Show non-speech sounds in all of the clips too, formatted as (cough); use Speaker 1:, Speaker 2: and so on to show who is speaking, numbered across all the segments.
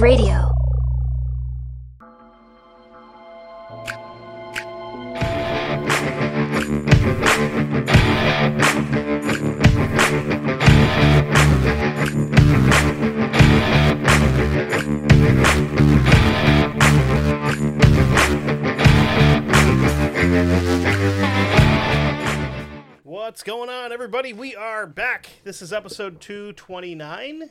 Speaker 1: Radio.
Speaker 2: What's going on, everybody? We are back. This is episode 229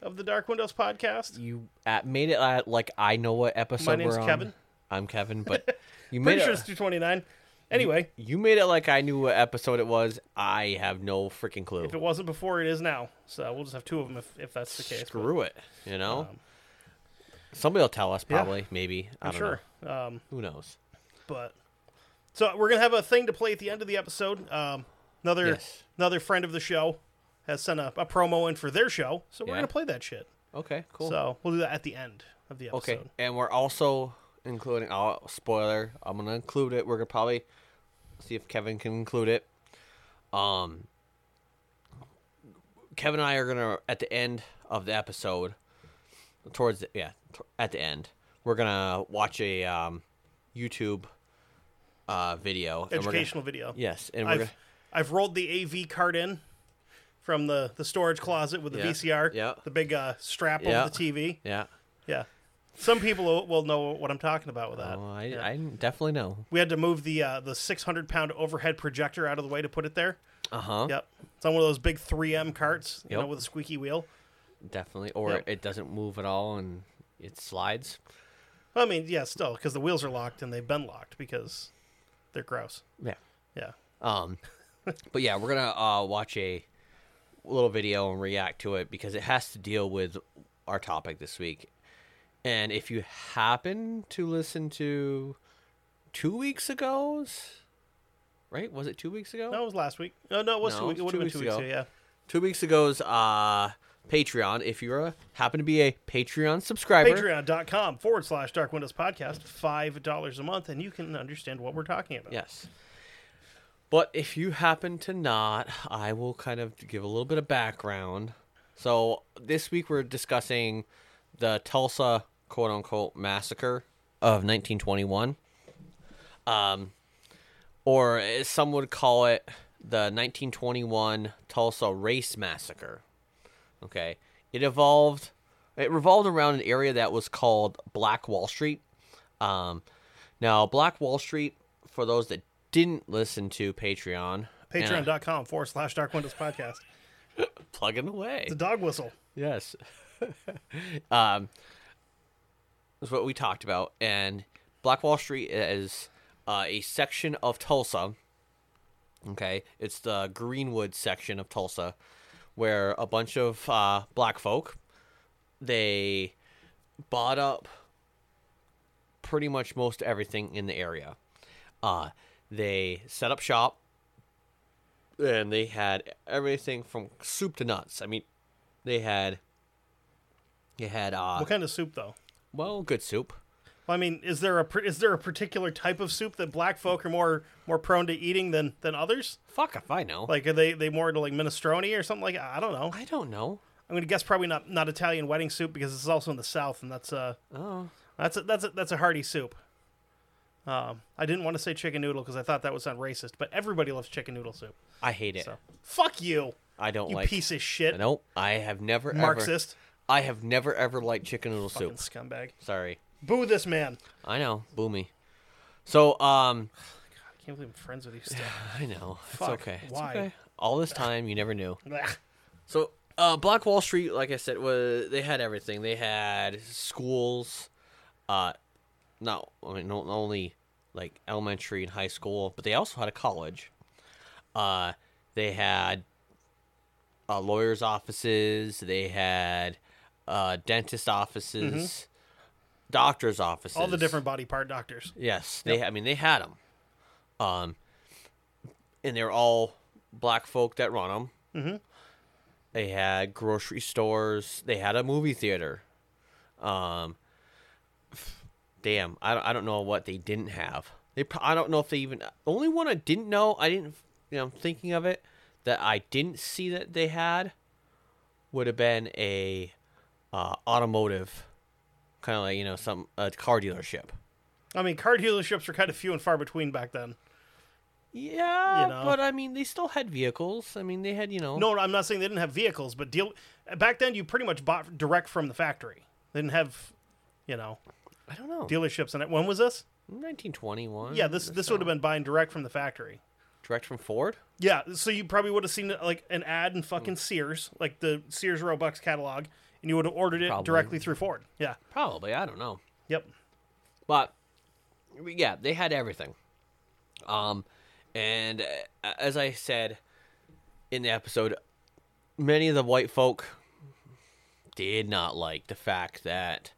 Speaker 2: of the Dark Windows podcast.
Speaker 3: You at, made it at, like I know what episode
Speaker 2: My name's
Speaker 3: we're on.
Speaker 2: Kevin.
Speaker 3: I'm
Speaker 2: (laughs)
Speaker 3: Kevin, but you made
Speaker 2: Pretty sure
Speaker 3: it.
Speaker 2: it's 229. Anyway,
Speaker 3: You made it like I knew what episode it was. I have no freaking clue.
Speaker 2: if it wasn't before, it is now. So we'll just have two of them if, if that's the case. but um,
Speaker 3: Screw it. You know. Somebody will tell us
Speaker 2: yeah.
Speaker 3: probably, maybe. I
Speaker 2: I'm
Speaker 3: don't
Speaker 2: sure. Um,
Speaker 3: know. Who knows?
Speaker 2: but so we're gonna have a thing to play at the end of the episode. Um, another
Speaker 3: Yes.
Speaker 2: another friend of the show has sent a, a promo in for their show, so we're
Speaker 3: Yeah.
Speaker 2: gonna play that shit.
Speaker 3: Okay, cool.
Speaker 2: So we'll do that at the end of the episode.
Speaker 3: okay, and we're also including. Oh, spoiler! I'm gonna include it. We're gonna probably see if Kevin can include it. Um, Kevin and I are gonna at the end of the episode, towards the, yeah, t- at the end, we're gonna watch a um, YouTube uh video. and we're gonna-
Speaker 2: Educational video.
Speaker 3: yes, and we're
Speaker 2: I've
Speaker 3: gonna,
Speaker 2: I've rolled the AV card in from the the storage closet with the
Speaker 3: Yeah,
Speaker 2: VCR.
Speaker 3: yeah.
Speaker 2: The big uh, strap
Speaker 3: Yeah.
Speaker 2: over the TV.
Speaker 3: yeah.
Speaker 2: Yeah. Some people will- will know what I'm talking about with that.
Speaker 3: Well, Oh, I,
Speaker 2: Yeah.
Speaker 3: I definitely know.
Speaker 2: We had to move the uh, the 600 pound overhead projector out of the way to put it there.
Speaker 3: Uh huh.
Speaker 2: Yep. It's on one of those big 3M carts, you know,
Speaker 3: Yep.
Speaker 2: with a squeaky wheel.
Speaker 3: Definitely, or
Speaker 2: Yep.
Speaker 3: it doesn't move at all and it slides.
Speaker 2: Well, I mean, yeah, still, because the wheels are locked and they've been locked because they're gross.
Speaker 3: Yeah.
Speaker 2: Yeah.
Speaker 3: Um, but yeah, we're gonna uh, watch a little video and react to it because it has to deal with our topic this week. And if you happen to listen to two weeks ago's, right? Was it two weeks ago?
Speaker 2: That was last week. No, no, it was
Speaker 3: No,
Speaker 2: two weeks. It
Speaker 3: it was
Speaker 2: would have been
Speaker 3: two
Speaker 2: two
Speaker 3: weeks
Speaker 2: weeks ago. Yeah.
Speaker 3: Two weeks ago's uh, Patreon. If you're a, happen to be a Patreon subscriber,
Speaker 2: Patreon.com forward slash Dark Windows Podcast, $5 a month, and you can understand what we're talking about.
Speaker 3: Yes. But if you happen to not, I will kind of give a little bit of background. So this week we're discussing the Tulsa quote unquote massacre of 1921. Um, or as some would call it, the 1921 Tulsa Race Massacre. Okay. It evolved, it revolved around an area that was called Black Wall Street. Um, now, Black Wall Street, for those that didn't listen to Patreon, and I-
Speaker 2: Patreon.com forward slash Dark Windows Podcast.
Speaker 3: plugging
Speaker 2: (laughs)
Speaker 3: away.
Speaker 2: The dog whistle.
Speaker 3: Yes. um, is what we talked about. And Black Wall Street is uh, a section of Tulsa. Okay. It's the Greenwood section of Tulsa where a bunch of uh, black folk, they bought up pretty much most everything in the area. Uh, they set up shop and they had everything from soup to nuts. I mean, they had you had uh
Speaker 2: What kind of soup, though?
Speaker 3: well good soup.
Speaker 2: Well, I mean, is there a pr- is there a particular type of soup that black folk are more more prone to eating than than others?
Speaker 3: Fuck if I know.
Speaker 2: Like, are they they more to like minestrone or something like? I don't know.
Speaker 3: I don't know.
Speaker 2: I'm gonna guess probably not not Italian wedding soup because it's also in the South, and that's uh
Speaker 3: Oh,
Speaker 2: that's a, that's a, that's a hearty soup. Um, I didn't want to say chicken noodle because I thought that would sound racist, but everybody loves chicken noodle soup.
Speaker 3: I hate it.
Speaker 2: So fuck you,
Speaker 3: I don't
Speaker 2: you
Speaker 3: like.
Speaker 2: piece of shit,
Speaker 3: Nope. I have never Ever,
Speaker 2: Marxist,
Speaker 3: I have never ever liked chicken noodle soup.
Speaker 2: fucking scumbag.
Speaker 3: Sorry.
Speaker 2: Boo this man.
Speaker 3: I know. Boomy. So um, (sighs)
Speaker 2: I can't believe I'm friends with you still.
Speaker 3: I know.
Speaker 2: Fuck,
Speaker 3: It's okay. It's
Speaker 2: why?
Speaker 3: okay. All this time you never knew.
Speaker 2: Blech.
Speaker 3: So, uh, Black Wall Street, like I said, was they had everything. They had schools, uh, not I mean, not only like elementary and high school, but they also had a college. Uh, they had uh, lawyers' offices. They had uh, dentist offices, doctors' offices,
Speaker 2: Mm-hmm. All the different body part doctors.
Speaker 3: Yes, they. I mean, they had them, um, and they're all black folk that run them. Mm-hmm. They had grocery stores. They had a movie theater. Um, damn, I don't, I don't know what they didn't have. They pro- I don't know if they even the only one I didn't know. I didn't. You know, I'm thinking of it that I didn't see that they had would have been a uh, automotive kind of like you know some a car dealership.
Speaker 2: I mean, car dealerships were kind of few and far between back then.
Speaker 3: Yeah,
Speaker 2: You know?
Speaker 3: but I mean, they still had vehicles. I mean, they had you know.
Speaker 2: No, I'm not saying they didn't have vehicles, but deal back then you pretty much bought direct from the factory. They didn't have, you know,
Speaker 3: I don't know.
Speaker 2: dealerships. And when was this?
Speaker 3: 1921.
Speaker 2: Yeah, this this would have been buying direct from the factory.
Speaker 3: direct from Ford.
Speaker 2: Yeah, so you probably would have seen like an ad
Speaker 3: Hmm.
Speaker 2: in fucking Sears, like the Sears Robux catalog, and you would have ordered it
Speaker 3: Probably.
Speaker 2: directly through Ford. Yeah.
Speaker 3: Probably. I don't know.
Speaker 2: Yep.
Speaker 3: But yeah, they had everything. Um, and uh, as I said in the episode, many of the white folk did not like the fact that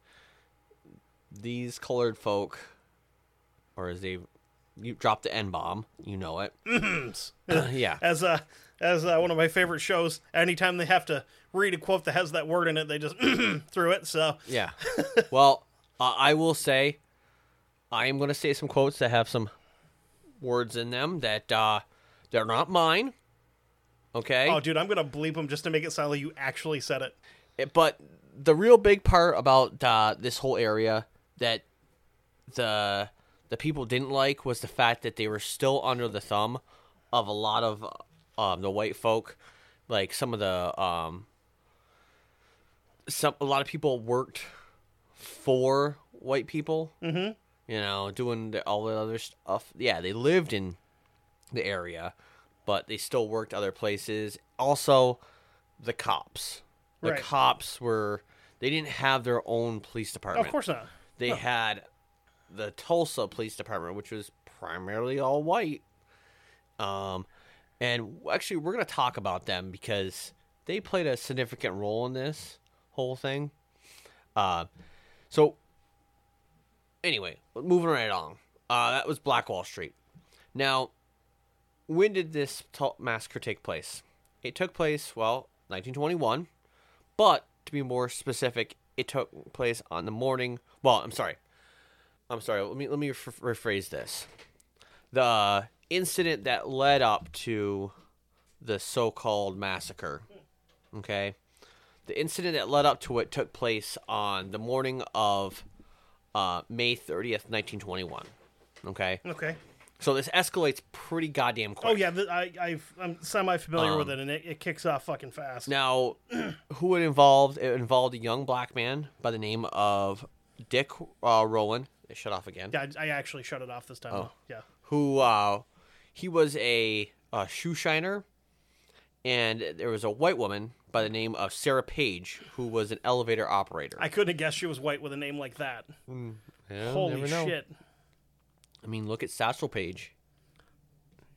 Speaker 3: these colored folk, or as they you dropped the N bomb, you
Speaker 2: (laughs)
Speaker 3: know it. (coughs) yeah.
Speaker 2: As uh as uh, one of my favorite shows, anytime they have to read a quote that has that word in it, they just (clears throat) through it. So
Speaker 3: Yeah. well, uh, I will say, I am going to say some quotes that have some words in them that uh, they're not mine. Okay.
Speaker 2: Oh, dude, I'm gonna bleep them just to make it sound like you actually said it.
Speaker 3: It- But the real big part about uh, this whole area that the the people didn't like was the fact that they were still under the thumb of a lot of um, the white folk, like some of the um, some a lot of people worked for white people. Mm-hmm. You know, doing the, all the other stuff. Yeah, they lived in the area, but they still worked other places. Also, the cops. The
Speaker 2: Right.
Speaker 3: cops were they didn't have their own police department.
Speaker 2: Of course not.
Speaker 3: They had the Tulsa Police Department, which was primarily all white. Um, and actually, we're going to talk about them because they played a significant role in this whole thing. Uh, so, anyway, moving right along. Uh, that was Black Wall Street. Now, when did this Tul- massacre take place? It took place, well, 1921. But to be more specific, it took place on the morning. Well, I'm sorry. I'm sorry. Let me let me rephr- rephrase this. The incident that led up to the so-called massacre. Okay. The incident that led up to it took place on the morning of uh, May 30th, 1921. Okay.
Speaker 2: Okay.
Speaker 3: So this escalates pretty goddamn quick.
Speaker 2: Oh yeah, th- I I've, I'm semi familiar with it, and it, it kicks off fucking fast.
Speaker 3: Now, who it involved? It involved a young black man by the name of Dick uh, Rowan. It shut off again.
Speaker 2: yeah, I, I actually shut it off this time. though. Yeah.
Speaker 3: Who uh, he was a, uh shoe shiner, and there was a white woman by the name of Sarah Page who was an elevator operator.
Speaker 2: I couldn't have guessed she was white with a name like that. Holy shit.
Speaker 3: I mean, look at Satchel Page.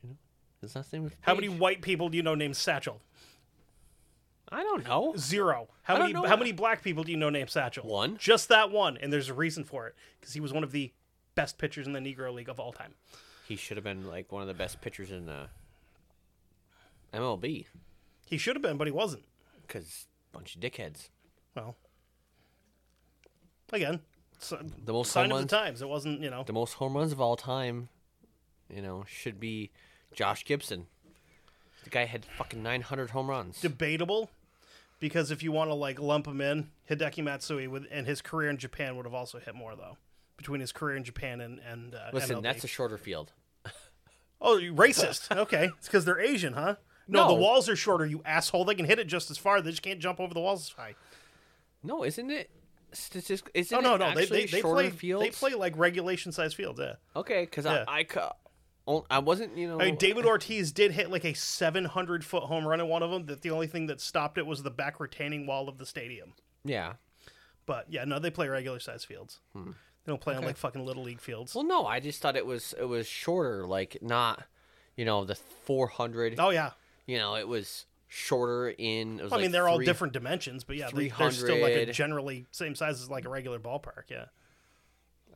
Speaker 3: You know, His last name. was
Speaker 2: How
Speaker 3: Page.
Speaker 2: many white people do you know named Satchel?
Speaker 3: I don't know.
Speaker 2: Zero. How
Speaker 3: don't
Speaker 2: many
Speaker 3: know
Speaker 2: how
Speaker 3: that.
Speaker 2: many black people do you know named Satchel?
Speaker 3: One.
Speaker 2: Just that one, and there's a reason for it because he was one of the best pitchers in the Negro League of all time.
Speaker 3: He should have been like one of the best pitchers in uh, MLB
Speaker 2: He should have been, but he wasn't.
Speaker 3: because bunch of dickheads.
Speaker 2: Well, again, so,
Speaker 3: The most
Speaker 2: sign
Speaker 3: home
Speaker 2: of
Speaker 3: runs-
Speaker 2: the times. It wasn't, you know.
Speaker 3: the most home runs of all time, you know, should be Josh Gibson. The guy had fucking 900 home runs.
Speaker 2: debatable because if you want to like lump him in, Hideki Matsui with and his career in Japan would have also hit more though. Between his career in Japan and and uh,
Speaker 3: Listen,
Speaker 2: MLB.
Speaker 3: that's a shorter field.
Speaker 2: oh you racist. (laughs) okay, it's because they're Asian, huh? No, the
Speaker 3: No.
Speaker 2: walls are shorter. You asshole. They can hit it just as far. They just can't jump over the walls as high.
Speaker 3: No, isn't it? Statistic, isn't
Speaker 2: Oh no,
Speaker 3: it
Speaker 2: no, they
Speaker 3: actually
Speaker 2: they, they play
Speaker 3: shorter fields?
Speaker 2: they play like regulation size fields. Yeah,
Speaker 3: Okay, because
Speaker 2: Yeah.
Speaker 3: I, I, ca- on- I wasn't, you know.
Speaker 2: I mean David Ortiz did hit like a seven hundred foot home run in one of them. That the only thing that stopped it was the back retaining wall of the stadium.
Speaker 3: yeah.
Speaker 2: But yeah, no, they play regular size fields. They don't play on like fucking little league fields.
Speaker 3: Well, no, I just thought it was it was shorter, like not, you know, the 400.
Speaker 2: Oh yeah,
Speaker 3: You know, it was shorter in. It was
Speaker 2: I
Speaker 3: like
Speaker 2: mean, they're all
Speaker 3: three-
Speaker 2: different dimensions, but yeah, they, they're still like a
Speaker 3: 300.
Speaker 2: generally same size as like a regular ballpark. Yeah,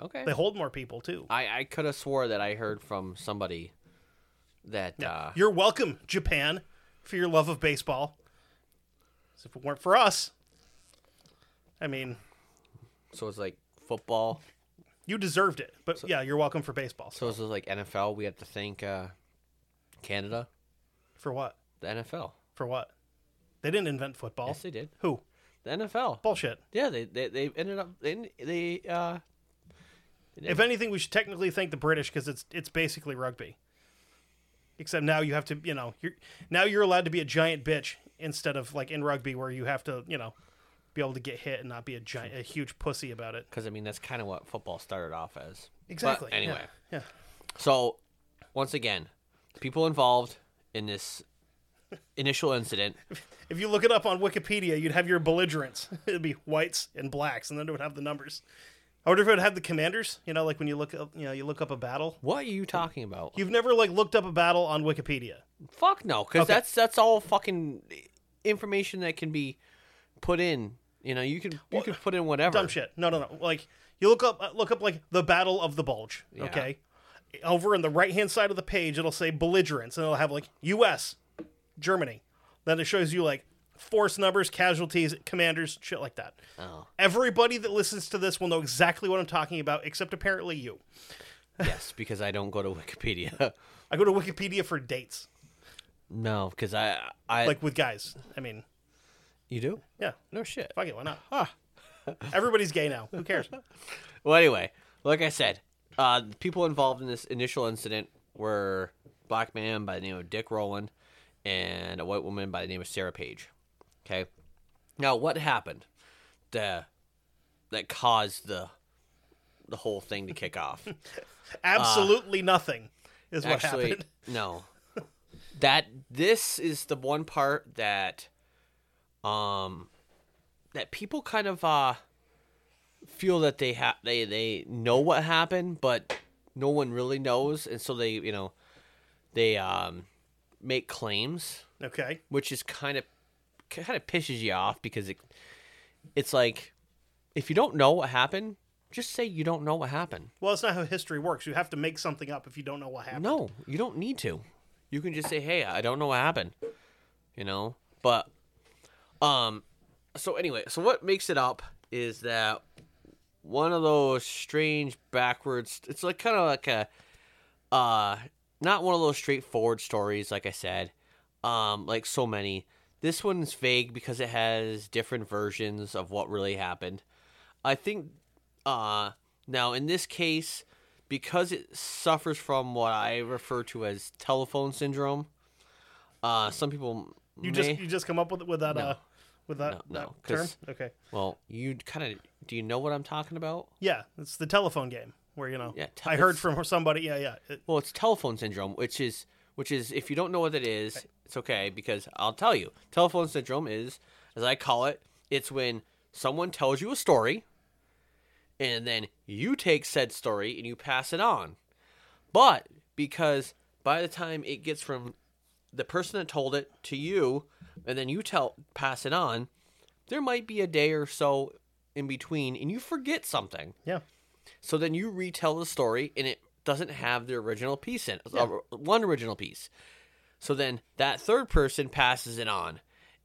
Speaker 3: Okay.
Speaker 2: they hold more people too.
Speaker 3: I, I could have swore that I heard from somebody that uh,
Speaker 2: You're welcome, Japan, for your love of baseball. 'Cause If it weren't for us, I mean,
Speaker 3: So it's like football.
Speaker 2: you deserved it. But yeah, you're welcome for baseball.
Speaker 3: So it's like NFL. We have to thank uh, Canada,
Speaker 2: for what?
Speaker 3: the NFL.
Speaker 2: For what? They didn't invent football.
Speaker 3: Yes, they did.
Speaker 2: Who?
Speaker 3: The NFL.
Speaker 2: Bullshit.
Speaker 3: Yeah, they they, they ended up in they uh
Speaker 2: If anything, we should technically thank the British because it's it's basically rugby. Except now you have to, you know, you're now you're allowed to be a giant bitch instead of like in rugby where you have to, you know, be able to get hit and not be a giant, a huge pussy about it.
Speaker 3: because I mean that's kind of what football started off as. But
Speaker 2: Exactly. yeah,
Speaker 3: anyway,
Speaker 2: yeah.
Speaker 3: so once again, people involved in this initial incident
Speaker 2: If you look it up on Wikipedia, you'd have your belligerents. (laughs) It'd be whites and blacks, and then it would have the numbers. I wonder if it would have the commanders. You know, like when you look up, you know, you look up a battle.
Speaker 3: What are you talking about?
Speaker 2: You've never like looked up a battle on Wikipedia.
Speaker 3: Fuck no, because that's that's all fucking information that can be put in. You know, you could you could put in whatever.
Speaker 2: Dumb shit. No, no, no. Like you look up, look up like the Battle of the Bulge. Okay. Over in the right hand side of the page, it'll say belligerents, and it'll have like U.S., Germany. Then it shows you like force numbers, casualties, commanders, shit like that.
Speaker 3: Oh,
Speaker 2: Everybody that listens to this will know exactly what I'm talking about, except apparently you.
Speaker 3: yes, because I don't go to Wikipedia. (laughs)
Speaker 2: I go to Wikipedia for dates,
Speaker 3: no, because I I
Speaker 2: like with guys. I mean,
Speaker 3: you do
Speaker 2: yeah,
Speaker 3: no shit.
Speaker 2: fuck it, why not? (laughs) Everybody's gay now. Who
Speaker 3: (laughs)
Speaker 2: cares?
Speaker 3: Uh, Well, anyway, like I said, uh, the people involved in this initial incident were a black man by the name of Dick Rowland and a white woman by the name of Sarah Page. Okay, now what happened? The that caused the the whole thing to kick off.
Speaker 2: Absolutely nothing is what
Speaker 3: Actually,
Speaker 2: happened. (laughs)
Speaker 3: no. That this is the one part that um that people kind of uh feel that they have they they know what happened, but no one really knows, and so they you know they um make claims,
Speaker 2: Okay.
Speaker 3: which is kind of kind of pisses you off because it it's like if you don't know what happened, just say you don't know what happened.
Speaker 2: Well, it's not how history works. You have to make something up if you don't know what happened.
Speaker 3: No, you don't need to. You can just say, "Hey, I don't know what happened," you know. But, um, so anyway, so what makes it up is that one of those strange backwards. It's like kind of like a, uh, not one of those straightforward stories. Like I said, um, like so many. This one's vague because it has different versions of what really happened. I think uh now in this case because it suffers from what I refer to as telephone syndrome. Uh some people
Speaker 2: You
Speaker 3: may,
Speaker 2: just you just come up with with that uh with that,
Speaker 3: No, no,
Speaker 2: that term.
Speaker 3: 'cause-
Speaker 2: Okay.
Speaker 3: well, you kind of do you know what I'm talking about?
Speaker 2: Yeah, it's the telephone game where you know.
Speaker 3: Yeah, te-
Speaker 2: I heard
Speaker 3: it's-
Speaker 2: from somebody. Yeah, yeah. It-
Speaker 3: Well, it's telephone syndrome, which is which is if you don't know what it is, it's okay because I'll tell you. Telephone syndrome is, as I call it, it's when someone tells you a story, and then you take said story and you pass it on. But because by the time it gets from the person that told it to you, and then you tell pass it on, there might be a day or so in between, and you forget something.
Speaker 2: yeah.
Speaker 3: So then you retell the story, and it doesn't have the original piece in uh, one original piece. So then that third person passes it on,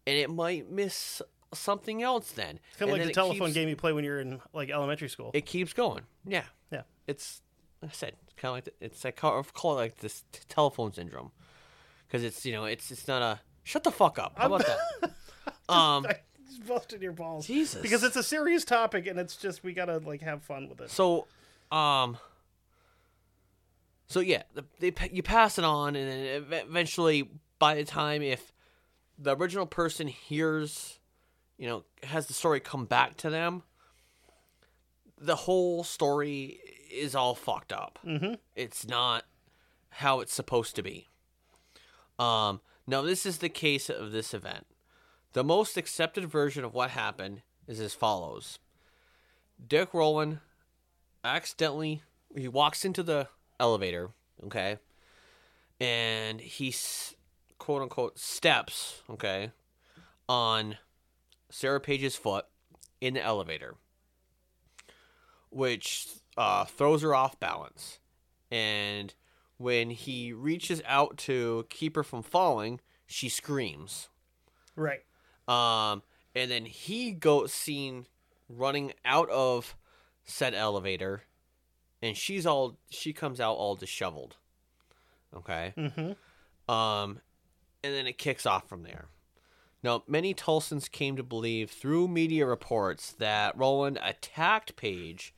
Speaker 3: and it might miss something else. Then
Speaker 2: It's kind of
Speaker 3: And
Speaker 2: like
Speaker 3: then
Speaker 2: the
Speaker 3: it
Speaker 2: telephone
Speaker 3: keeps-
Speaker 2: game you play when you're in like elementary school.
Speaker 3: It keeps going. Yeah,
Speaker 2: yeah.
Speaker 3: it's like I said kind of like the, it's I call, call it like this t- telephone syndrome because it's you know it's it's not a shut the fuck up. How about that? um,
Speaker 2: (laughs) I just busted your balls.
Speaker 3: Jesus.
Speaker 2: Because it's a serious topic and it's just we gotta like have fun with it.
Speaker 3: So, um, so yeah, the, they pa- you pass it on, and then ev- eventually, by the time if the original person hears, you know, has the story come back to them, the whole story is all fucked up. Mm-hmm. It's not how it's supposed to be. Um, now this is the case of this event. The most accepted version of what happened is as follows: Dick Rowland accidentally he walks into the elevator okay and he s- quote unquote steps okay on sarah page's foot in the elevator which uh, throws her off balance and when he reaches out to keep her from falling she screams
Speaker 2: Right.
Speaker 3: um, and then he goes seen running out of said elevator, and she's all she comes out all disheveled. Okay.
Speaker 2: Mm-hmm.
Speaker 3: Um, and then it kicks off from there. Now, many Tulsans came to believe through media reports that Roland attacked Page,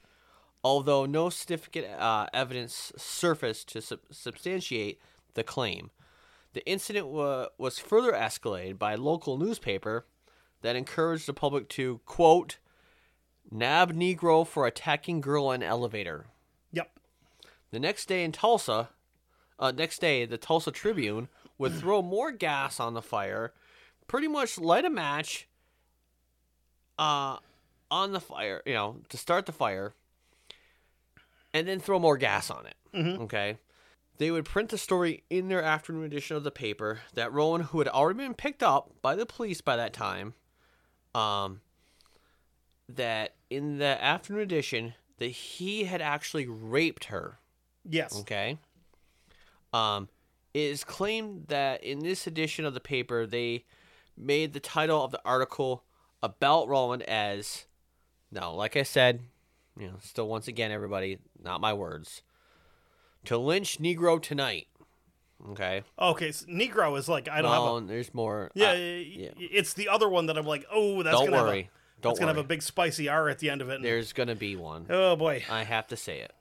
Speaker 3: although no significant uh, evidence surfaced to sub- substantiate the claim. The incident wa- was further escalated by a local newspaper that encouraged the public to, quote, nab Negro for attacking girl in elevator.
Speaker 2: Yep.
Speaker 3: The next day in Tulsa, uh, next day, the Tulsa Tribune would throw more gas on the fire, pretty much light a match uh, on the fire, you know, to start the fire, and then throw more gas on it. Okay. They would print the story in their afternoon edition of the paper that Rowan, who had already been picked up by the police by that time, um, that in the afternoon edition, that he had actually raped her.
Speaker 2: Yes.
Speaker 3: Okay. Um, it is claimed that in this edition of the paper, they made the title of the article about Roland as now, like I said, you know, still once again, everybody, not my words, to lynch Negro tonight. Okay.
Speaker 2: Okay. So Negro is like I don't have a
Speaker 3: Well, there's more.
Speaker 2: Yeah,
Speaker 3: I-
Speaker 2: y- y- it's the other one that I'm like, oh, that's
Speaker 3: don't
Speaker 2: gonna
Speaker 3: worry.
Speaker 2: have a,
Speaker 3: don't
Speaker 2: that's
Speaker 3: worry.
Speaker 2: gonna have a big spicy R at the end of it. and-
Speaker 3: there's gonna be one.
Speaker 2: oh boy,
Speaker 3: I have to say it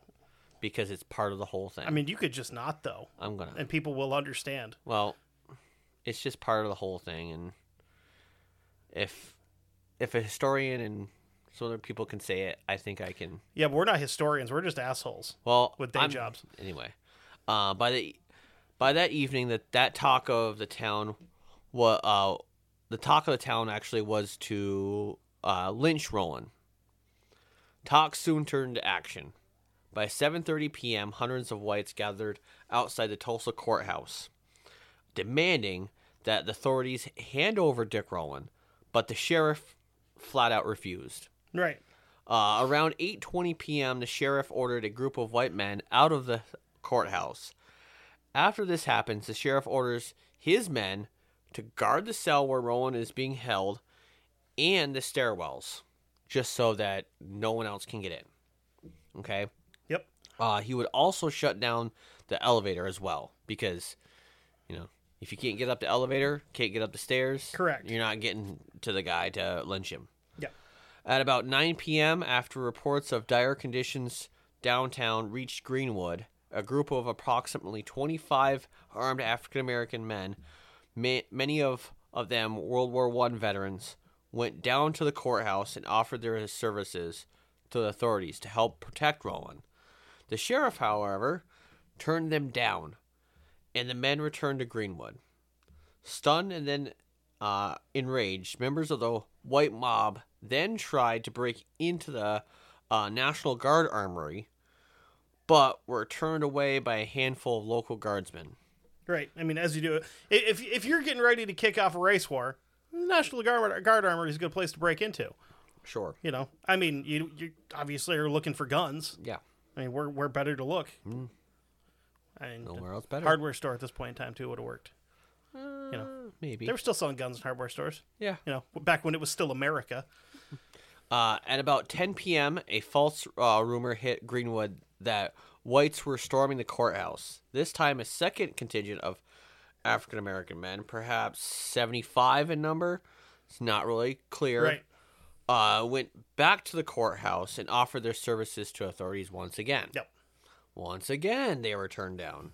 Speaker 3: because it's part of the whole thing.
Speaker 2: I mean, you could just not though,
Speaker 3: I'm gonna.
Speaker 2: and people will understand.
Speaker 3: Well, it's just part of the whole thing, and if if a historian and some other people can say it, I think I can.
Speaker 2: Yeah, but we're not historians; we're just assholes.
Speaker 3: Well,
Speaker 2: With day
Speaker 3: I'm-
Speaker 2: jobs.
Speaker 3: anyway. Uh, by the by that evening, that that talk of the town, what uh, the talk of the town actually was to uh, lynch Roland. Talk soon turned to action. By 7:30 p.m., hundreds of whites gathered outside the Tulsa courthouse, demanding that the authorities hand over Dick Roland, but the sheriff flat out refused.
Speaker 2: Right?
Speaker 3: Uh, around 8:20 p.m., the sheriff ordered a group of white men out of the courthouse. After this happens, the sheriff orders his men to guard the cell where Rowan is being held and the stairwells, just so that no one else can get in. Okay.
Speaker 2: Yep.
Speaker 3: Uh, he would also shut down the elevator as well because, you know, if you can't get up the elevator, can't get up the stairs,
Speaker 2: Correct.
Speaker 3: You're not getting to the guy to lynch him.
Speaker 2: Yep.
Speaker 3: At about 9 p.m., after reports of dire conditions downtown reached Greenwood, a group of approximately 25 armed African American men, ma- many of, of them World War I veterans, went down to the courthouse and offered their services to the authorities to help protect Rowan. The sheriff, however, turned them down, and the men returned to Greenwood. Stunned and then uh, enraged, members of the white mob then tried to break into the uh, National Guard armory, but were turned away by a handful of local guardsmen.
Speaker 2: Right. I mean, as you do it, i- if if you're getting ready to kick off a race war, the National Guard Guard Armory is a good place to break into.
Speaker 3: Sure.
Speaker 2: You know, I mean, you you obviously are looking for guns.
Speaker 3: Yeah.
Speaker 2: I mean, where where better to look?
Speaker 3: Mm.
Speaker 2: I mean,
Speaker 3: Nowhere else better.
Speaker 2: hardware store at this point in time too would have worked. You know,
Speaker 3: Maybe.
Speaker 2: they were still selling guns in hardware stores.
Speaker 3: yeah.
Speaker 2: You know, back when it was still America.
Speaker 3: Uh, at about 10 p.m., a false uh, rumor hit Greenwood that whites were storming the courthouse. This time, a second contingent of African American men, perhaps 75 in number, it's not really clear,
Speaker 2: Right.
Speaker 3: uh, went back to the courthouse and offered their services to authorities once again.
Speaker 2: Yep.
Speaker 3: Once again, they were turned down.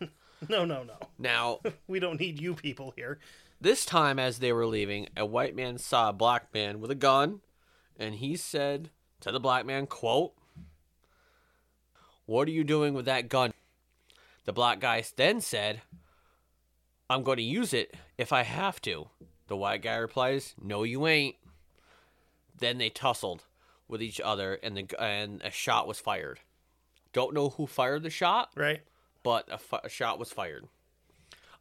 Speaker 2: No, no, no.
Speaker 3: now,
Speaker 2: We don't need you people here.
Speaker 3: This time, as they were leaving, a white man saw a black man with a gun, and he said to the black man, quote, What are you doing with that gun? The black guy then said, I'm going to use it if I have to. The white guy replies, No, you ain't. Then they tussled with each other, and, the, and a shot was fired. Don't know who fired the shot,
Speaker 2: Right.
Speaker 3: but a, fi- a shot was fired.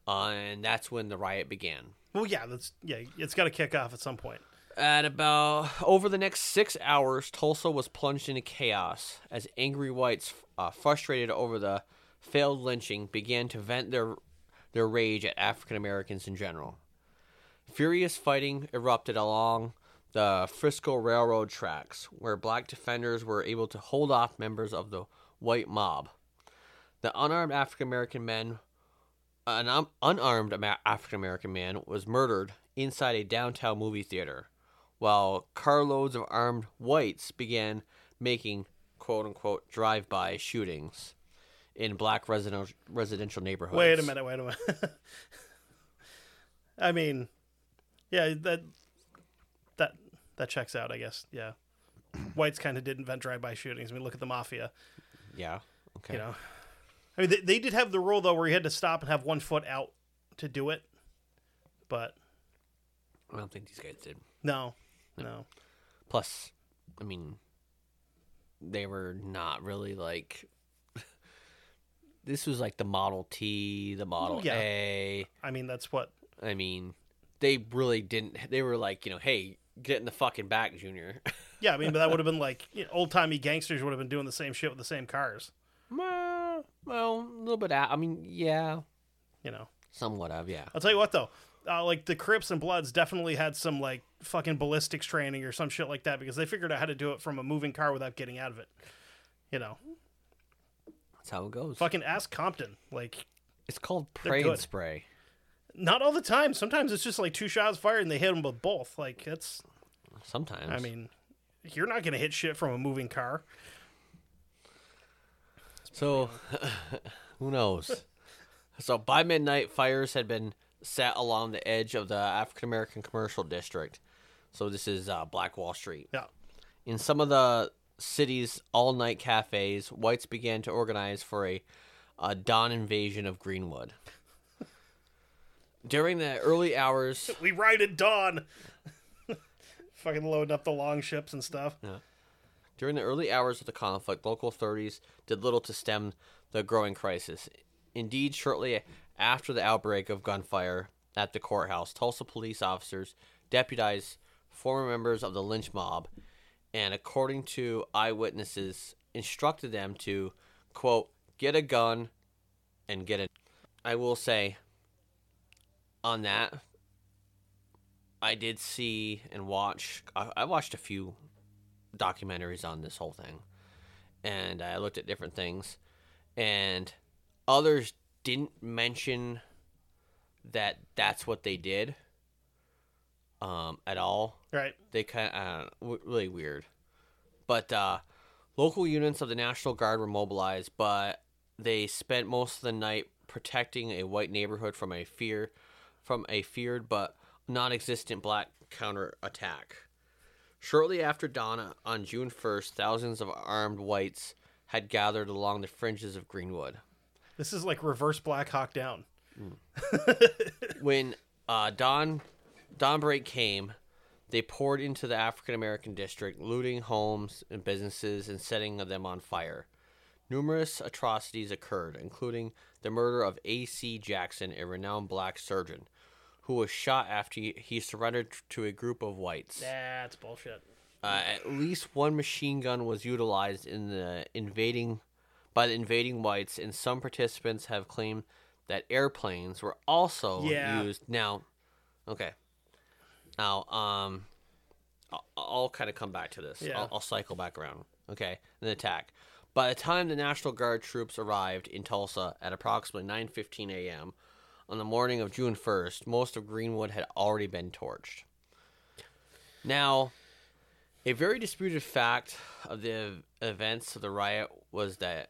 Speaker 3: Uh, and that's when the riot began.
Speaker 2: Well, yeah, that's yeah. It's got to kick off at some point.
Speaker 3: At about over the next six hours, Tulsa was plunged into chaos as angry whites, uh, frustrated over the failed lynching, began to vent their their rage at African Americans in general. Furious fighting erupted along the Frisco Railroad tracks, where black defenders were able to hold off members of the white mob. The unarmed African American men an um, unarmed African American man was murdered inside a downtown movie theater, while carloads of armed whites began making quote unquote drive by shootings in black residential residential neighborhoods.
Speaker 2: Wait a minute. Wait a minute. (laughs) I mean, yeah, that that that checks out, I guess. Yeah, whites kind of did invent drive-by shootings. I mean, look at the mafia.
Speaker 3: Yeah. Okay.
Speaker 2: You know, I mean, they, they did have the rule though, where you had to stop and have one foot out to do it. But
Speaker 3: I don't think these guys did.
Speaker 2: no, no,
Speaker 3: Plus, I mean, they were not really like. (laughs) this was like the Model T, the Model
Speaker 2: yeah.
Speaker 3: A.
Speaker 2: I mean that's what.
Speaker 3: I mean, they really didn't. They were like, you know, hey, get in the fucking back, Junior. (laughs)
Speaker 2: Yeah, I mean, but that would have been like you know, old-timey gangsters would have been doing the same shit with the same cars.
Speaker 3: well, well, a little bit out. I mean, yeah,
Speaker 2: You know,
Speaker 3: somewhat of, yeah.
Speaker 2: I'll tell you what though. Uh, like the Crips and Bloods definitely had some like fucking ballistics training or some shit like that because they figured out how to do it from a moving car without getting out of it. You know,
Speaker 3: That's how it goes.
Speaker 2: fucking ask Compton. Like,
Speaker 3: It's called
Speaker 2: They're
Speaker 3: Pray and
Speaker 2: good.
Speaker 3: Spray.
Speaker 2: not all the time. Sometimes it's just like two shots fired and they hit them with both. Like, that's
Speaker 3: Sometimes.
Speaker 2: I mean, you're not gonna hit shit from a moving car.
Speaker 3: So, (laughs) who knows? so, by midnight, fires had been set along the edge of the African American commercial district. So, this is uh, Black Wall Street.
Speaker 2: Yeah,
Speaker 3: In some of the city's all night cafes, whites began to organize for a, a dawn invasion of Greenwood. During the early hours,
Speaker 2: we ride at dawn. (laughs) fucking loading up the long ships and stuff.
Speaker 3: During the early hours of the conflict, local authorities did little to stem the growing crisis. Indeed, shortly after the outbreak of gunfire at the courthouse, Tulsa police officers deputized former members of the lynch mob and, according to eyewitnesses, instructed them to, quote, get a gun and get it. I will say on that, I did see and watch, I, I watched a few documentaries on this whole thing and I looked at different things and others didn't mention that that's what they did um at all
Speaker 2: Right.
Speaker 3: they kind of w really weird but uh local units of the National Guard were mobilized but they spent most of the night protecting a white neighborhood from a fear from a feared but non-existent black counterattack Shortly after dawn on June 1st, thousands of armed whites had gathered along the fringes of Greenwood.
Speaker 2: This is like reverse Black Hawk Down.
Speaker 3: When uh, dawn dawnbreak came, they poured into the African American district, looting homes and businesses and setting them on fire. Numerous atrocities occurred, including the murder of A.C. Jackson, a renowned black surgeon, who was shot after he- he surrendered to a group of whites.
Speaker 2: That's bullshit.
Speaker 3: Uh, at least one machine gun was utilized in the invading by the invading whites, and some participants have claimed that airplanes were also
Speaker 2: Yeah.
Speaker 3: used. Now, okay, now um, I'll, I'll kind of come back to this.
Speaker 2: Yeah.
Speaker 3: I'll, I'll cycle back around. Okay, an attack. By the time the National Guard troops arrived in Tulsa at approximately 9:15 a.m. on the morning of June 1st, most of Greenwood had already been torched. Now, a very disputed fact of the events of the riot was that,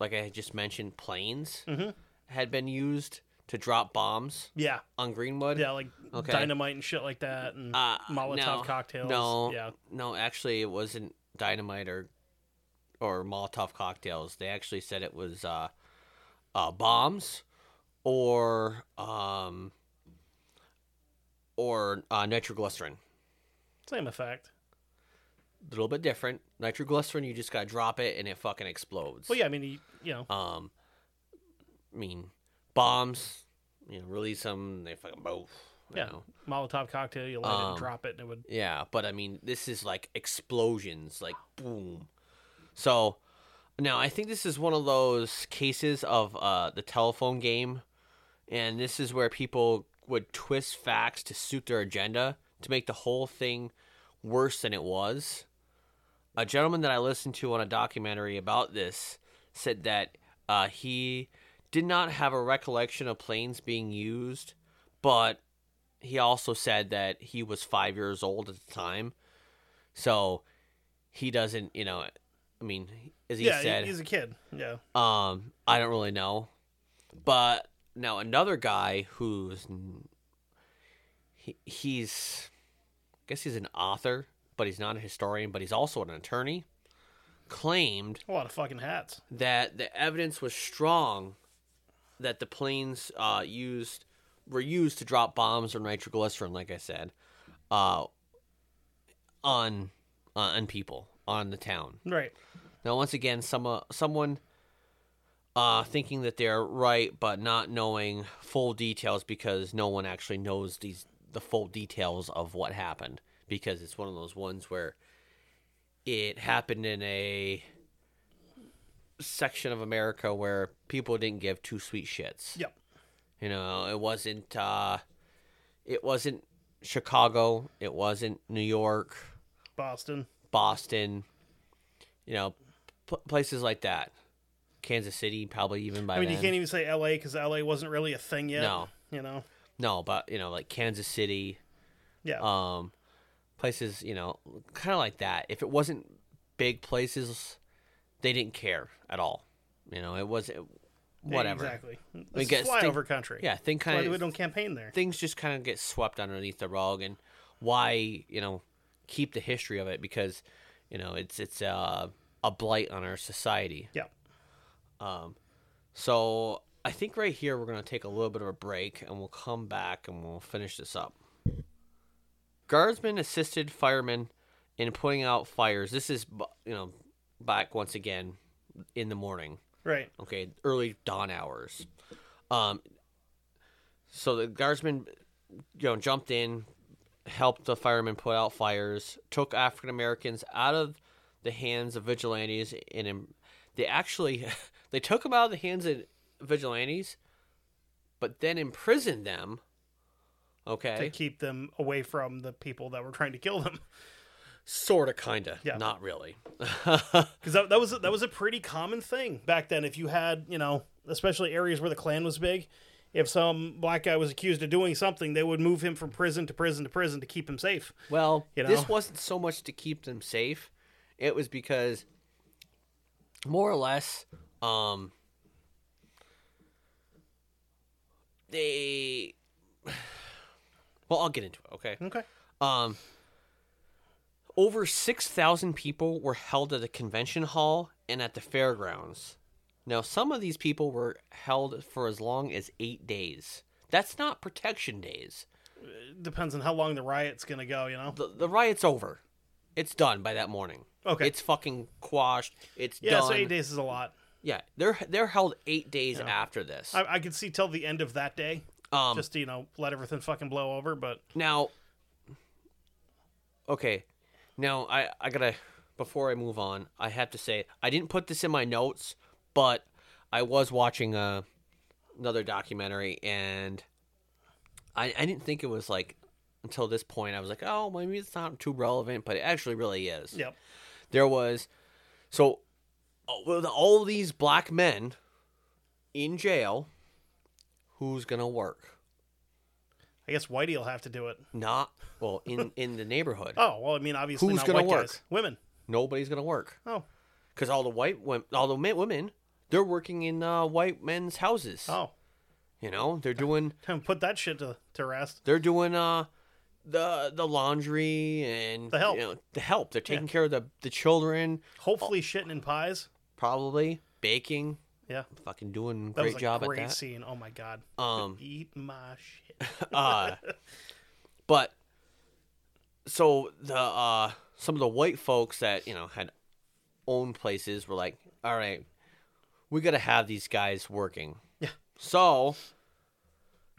Speaker 3: like I had just mentioned, planes
Speaker 2: Mm-hmm.
Speaker 3: had been used to drop bombs
Speaker 2: Yeah.
Speaker 3: on Greenwood.
Speaker 2: Yeah, like
Speaker 3: Okay.
Speaker 2: dynamite and shit like that, and
Speaker 3: Uh,
Speaker 2: Molotov
Speaker 3: no,
Speaker 2: cocktails.
Speaker 3: No,
Speaker 2: Yeah.
Speaker 3: no, actually, it wasn't dynamite or or Molotov cocktails. They actually said it was uh, uh, bombs or um, or uh, nitroglycerin.
Speaker 2: Same effect.
Speaker 3: A little bit different. Nitroglycerin, you just gotta drop it and it fucking explodes.
Speaker 2: Well, yeah, I mean, you, you know,
Speaker 3: Um, I mean, bombs. You know, release them. They fucking both. You
Speaker 2: yeah,
Speaker 3: Know.
Speaker 2: Molotov cocktail, you light it
Speaker 3: Um,
Speaker 2: and drop it, and it would.
Speaker 3: Yeah, but I mean, this is like explosions, like boom. So now I think this is one of those cases of uh, the telephone game, and this is where people would twist facts to suit their agenda to make the whole thing worse than it was. A gentleman that I listened to on a documentary about this said that uh, he did not have a recollection of planes being used, but he also said that he was five years old at the time, so he doesn't. You know, I mean, as he
Speaker 2: yeah,
Speaker 3: said,
Speaker 2: he- he's a kid. Yeah.
Speaker 3: um, I don't really know, but now another guy who's he, he's I guess he's an author, but he's not a historian, but he's also an attorney. Claimed
Speaker 2: A lot of fucking hats.
Speaker 3: that the evidence was strong that the planes uh, used were used to drop bombs or nitroglycerin, like I said, uh, on on people on the town.
Speaker 2: Right.
Speaker 3: Now, once again, some uh, someone uh, thinking that they're right, but not knowing full details because no one actually knows these the full details of what happened because it's one of those ones where it happened in a section of America where people didn't give two sweet shits.
Speaker 2: Yep.
Speaker 3: You know, it wasn't uh, it wasn't Chicago, it wasn't New York,
Speaker 2: Boston.
Speaker 3: Boston, you know, pl- places like that. Kansas City, probably even by
Speaker 2: I mean, you
Speaker 3: then.
Speaker 2: can't even say L.A. because L.A. wasn't really a thing yet.
Speaker 3: No.
Speaker 2: You know.
Speaker 3: No, but you know, like Kansas City,
Speaker 2: Yeah.
Speaker 3: um, places, you know, kind of like that. If it wasn't big places, they didn't care at all. You know, it was it,
Speaker 2: Yeah,
Speaker 3: whatever.
Speaker 2: Exactly. It's
Speaker 3: get
Speaker 2: flyover
Speaker 3: sting-
Speaker 2: country.
Speaker 3: Yeah, thing
Speaker 2: That's
Speaker 3: kind
Speaker 2: why we
Speaker 3: of
Speaker 2: don't campaign there.
Speaker 3: things just kind of get swept underneath the rug and why you know keep the history of it because you know it's it's uh, a blight on our society
Speaker 2: Yeah.
Speaker 3: So I think right here we're going to take a little bit of a break and we'll come back and we'll finish this up. Guardsmen assisted firemen in putting out fires. This is, bu- you know, back once again in the morning.
Speaker 2: Right.
Speaker 3: Okay, early dawn hours. Um, so the guardsmen, you know, jumped in, helped the firemen put out fires, took African Americans out of the hands of vigilantes, and em- they actually (laughs) they took them out of the hands of vigilantes, but then imprisoned them. Okay,
Speaker 2: To keep them away from the people that were trying to kill them. (laughs)
Speaker 3: sort of, kind of,
Speaker 2: Yeah.
Speaker 3: not really.
Speaker 2: because that, that was that was a pretty common thing back then. If you had, you know, especially areas where the Klan was big, if some black guy was accused of doing something, they would move him from prison to prison to prison to keep him safe.
Speaker 3: Well,
Speaker 2: You know?
Speaker 3: this wasn't so much to keep them safe. It was because more or less um they (sighs) Well, I'll get into it, okay?
Speaker 2: Okay,
Speaker 3: Um over 6,000 people were held at the convention hall and at the fairgrounds. Now, some of these people were held for as long as 8 days. That's not protection days
Speaker 2: depends on how long the riot's gonna go. You know,
Speaker 3: the, the riot's over. It's done by that morning.
Speaker 2: Okay.
Speaker 3: It's fucking quashed. It's
Speaker 2: yeah,
Speaker 3: done.
Speaker 2: so eight days is a lot.
Speaker 3: Yeah, they're they're held eight days after this.
Speaker 2: I, I could see till the end of that day,
Speaker 3: um,
Speaker 2: just to, you know, let everything fucking blow over. But
Speaker 3: now, okay, now I I gotta before I move on, I have to say I didn't put this in my notes, but I was watching uh another documentary and I I didn't think it was like until this point I was like oh maybe it's not too relevant, but it actually really is.
Speaker 2: yep,
Speaker 3: there was so uh, with all these black men in jail who's gonna work
Speaker 2: I guess Whitey'll have to do it.
Speaker 3: not well
Speaker 2: (laughs)
Speaker 3: in in the neighborhood
Speaker 2: Oh well, I mean, obviously
Speaker 3: Who's
Speaker 2: not
Speaker 3: gonna
Speaker 2: white
Speaker 3: work?
Speaker 2: guys, women.
Speaker 3: nobody's gonna work
Speaker 2: Oh,
Speaker 3: because all the white women all the men, women they're working in uh, white men's houses
Speaker 2: oh, (laughs)
Speaker 3: you know they're doing
Speaker 2: put that shit to to rest.
Speaker 3: they're doing uh the the laundry and
Speaker 2: The help.
Speaker 3: you know, the help they're taking care of the the children
Speaker 2: Hopefully, shitting in pies.
Speaker 3: probably baking
Speaker 2: Yeah,
Speaker 3: fucking doing
Speaker 2: that
Speaker 3: great
Speaker 2: was a
Speaker 3: job
Speaker 2: great
Speaker 3: at that
Speaker 2: scene. Oh my god,
Speaker 3: um
Speaker 2: eat my shit.
Speaker 3: uh, but so the uh, some of the white folks that you know had owned places were like, all right, we got to have these guys working.
Speaker 2: Yeah.
Speaker 3: So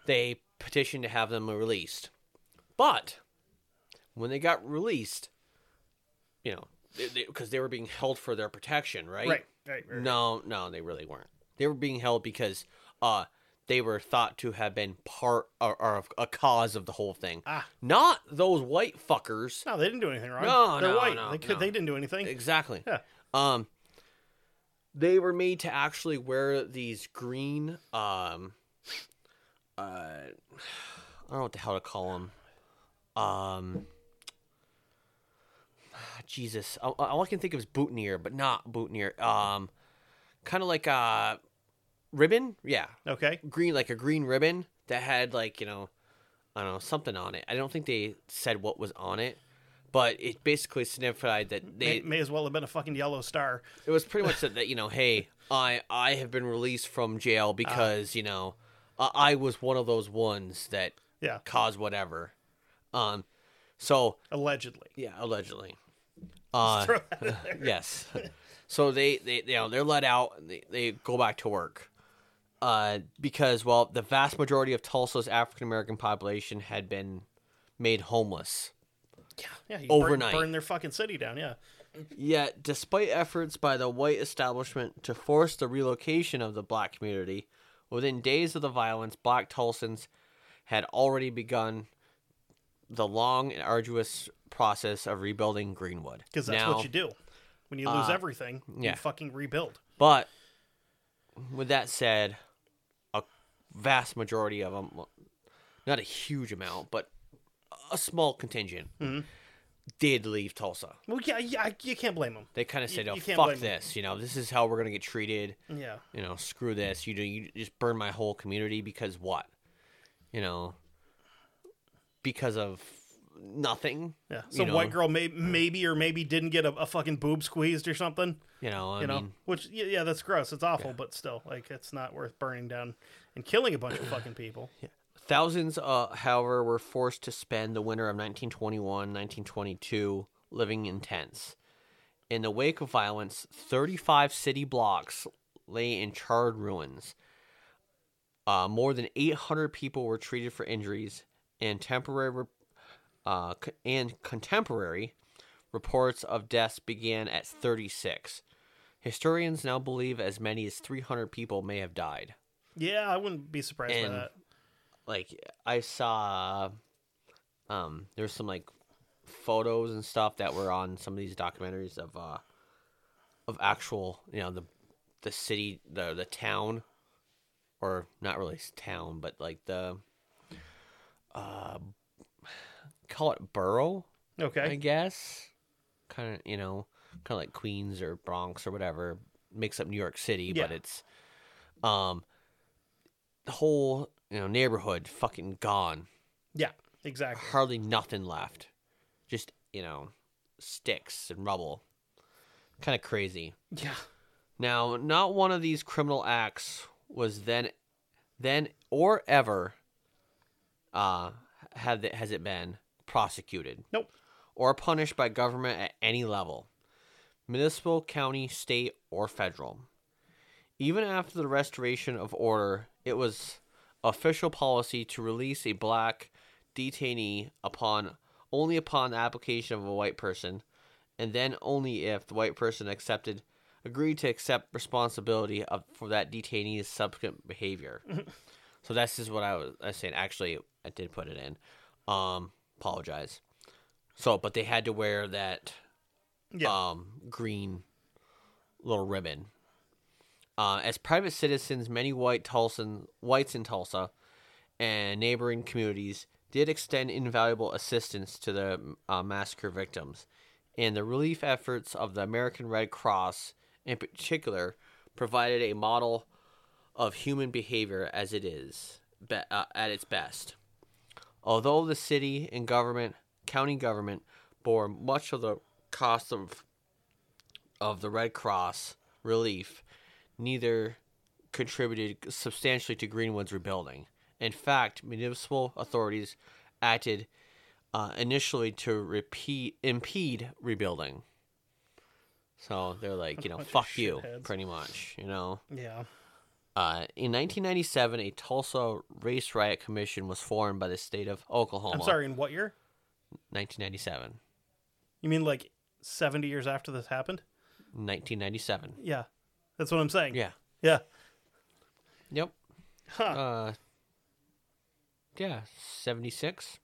Speaker 3: they petitioned to have them released, but when they got released, you know, because they, 'cause they were being held for their protection, right?
Speaker 2: Right, right, right.
Speaker 3: No, no, they really weren't. They were being held because uh they were thought to have been part or, or a cause of the whole thing.
Speaker 2: Ah.
Speaker 3: Not those white fuckers.
Speaker 2: No, they didn't do anything wrong.
Speaker 3: No,
Speaker 2: They're
Speaker 3: no,
Speaker 2: white.
Speaker 3: no,
Speaker 2: they, could,
Speaker 3: no.
Speaker 2: they didn't do anything.
Speaker 3: Exactly.
Speaker 2: Yeah.
Speaker 3: Um they were made to actually wear these green um uh I don't know what the hell to call him. Um, Jesus, all, all I can think of is boutonniere, but not boutonniere. Um, kind of like a ribbon, yeah,
Speaker 2: Okay.
Speaker 3: green, like a green ribbon that had like you know, I don't know something on it. I don't think they said what was on it, but it basically signified that they
Speaker 2: May, may as well have been a fucking yellow star.
Speaker 3: it was pretty much that, that you know, hey, I I have been released from jail because you know, I, I was one of those ones that
Speaker 2: Yeah.
Speaker 3: caused whatever. Um, so
Speaker 2: Allegedly.
Speaker 3: yeah, allegedly. (laughs) Uh,
Speaker 2: Throw that in there.
Speaker 3: yes. So they they you know they're let out and they, they go back to work. Uh, because well, the vast majority of Tulsa's African American population had been made homeless.
Speaker 2: (laughs) yeah. You
Speaker 3: Overnight.
Speaker 2: Burn, burn their fucking city down. Yeah.
Speaker 3: Yet, despite efforts by the white establishment to force the relocation of the black community, within days of the violence, black Tulsans had already begun the long and arduous process of rebuilding Greenwood.
Speaker 2: Because that's
Speaker 3: Now- uh,
Speaker 2: what you do. When you lose everything,
Speaker 3: yeah.
Speaker 2: you fucking rebuild.
Speaker 3: But with that said, a vast majority of them, not a huge amount, but a small contingent,
Speaker 2: Mm-hmm.
Speaker 3: did leave Tulsa.
Speaker 2: Well, yeah, yeah I- you can't blame them.
Speaker 3: They kind of said,
Speaker 2: you
Speaker 3: "Oh,
Speaker 2: can't
Speaker 3: fuck
Speaker 2: blame Mm-hmm. 'em.
Speaker 3: this! You know, this is how we're gonna get treated."
Speaker 2: Yeah.
Speaker 3: you know, screw this. You do you just burn my whole community because what? You know, because of nothing.
Speaker 2: Yeah.
Speaker 3: you
Speaker 2: Some
Speaker 3: know,
Speaker 2: white girl may, maybe or maybe didn't get a, a fucking boob squeezed or something.
Speaker 3: You know, I
Speaker 2: You know,
Speaker 3: mean,
Speaker 2: which yeah, yeah, that's gross. It's awful, but still, like, it's not worth burning down and killing a bunch of fucking
Speaker 3: (coughs)
Speaker 2: people.
Speaker 3: thousands, uh, however, were forced to spend the winter of 1921, 1922 living in tents. In the wake of violence, 35 city blocks lay in charred ruins. Uh, more than 800 people were treated for injuries, and temporary uh, co- and contemporary reports of deaths began at 36. Historians now believe as many as 300 people may have died.
Speaker 2: Yeah, I wouldn't be surprised
Speaker 3: And-
Speaker 2: by that.
Speaker 3: Like I saw, um, there's some like photos and stuff that were on some of these documentaries of uh, of actual, you know, the the city, the the town, or not really s- town, but like the uh, call it borough. I
Speaker 2: Okay.
Speaker 3: guess. Kind of, you know, kind of like Queens or Bronx or whatever makes up New York City, but
Speaker 2: Yeah.
Speaker 3: it's um the whole, you know, neighborhood fucking gone.
Speaker 2: Yeah. Exactly.
Speaker 3: Hardly nothing left. Just, you know, sticks and rubble. Kind of crazy.
Speaker 2: Yeah.
Speaker 3: Now, not one of these criminal acts was then, then or ever, uh, have the, has it been prosecuted?
Speaker 2: Nope.
Speaker 3: Or punished by government at any level, municipal, county, state, or federal. Even after the restoration of order, it was official policy to release a black detainee upon only upon the application of a white person, and then only if the white person accepted agreed to accept responsibility of, for that detainee's subsequent behavior. so that's just what I was, I was saying. Actually, I did put it in. Um, apologize. So, but they had to wear that
Speaker 2: Yeah.
Speaker 3: um, green little ribbon. Uh, as private citizens, many white Tulsan, whites in Tulsa and neighboring communities did extend invaluable assistance to the uh, massacre victims, and the relief efforts of the American Red Cross, in particular, provided a model of human behavior as it is be- uh, at its best. Although the city and government, county government, bore much of the cost of of the Red Cross relief, neither contributed substantially to Greenwood's rebuilding. In fact, municipal authorities acted uh, initially to repeat impede rebuilding. So they're like, you know,
Speaker 2: Bunch of
Speaker 3: fuck you,
Speaker 2: shitheads.
Speaker 3: pretty much, you know.
Speaker 2: yeah.
Speaker 3: Uh, in 1997, a Tulsa Race Riot Commission was formed by the state of Oklahoma.
Speaker 2: I'm sorry. In what year?
Speaker 3: 1997.
Speaker 2: You mean like 70 years after this happened?
Speaker 3: 1997.
Speaker 2: Yeah. That's what I'm saying.
Speaker 3: Yeah.
Speaker 2: Yeah.
Speaker 3: Yep.
Speaker 2: Huh.
Speaker 3: Uh, yeah, 76.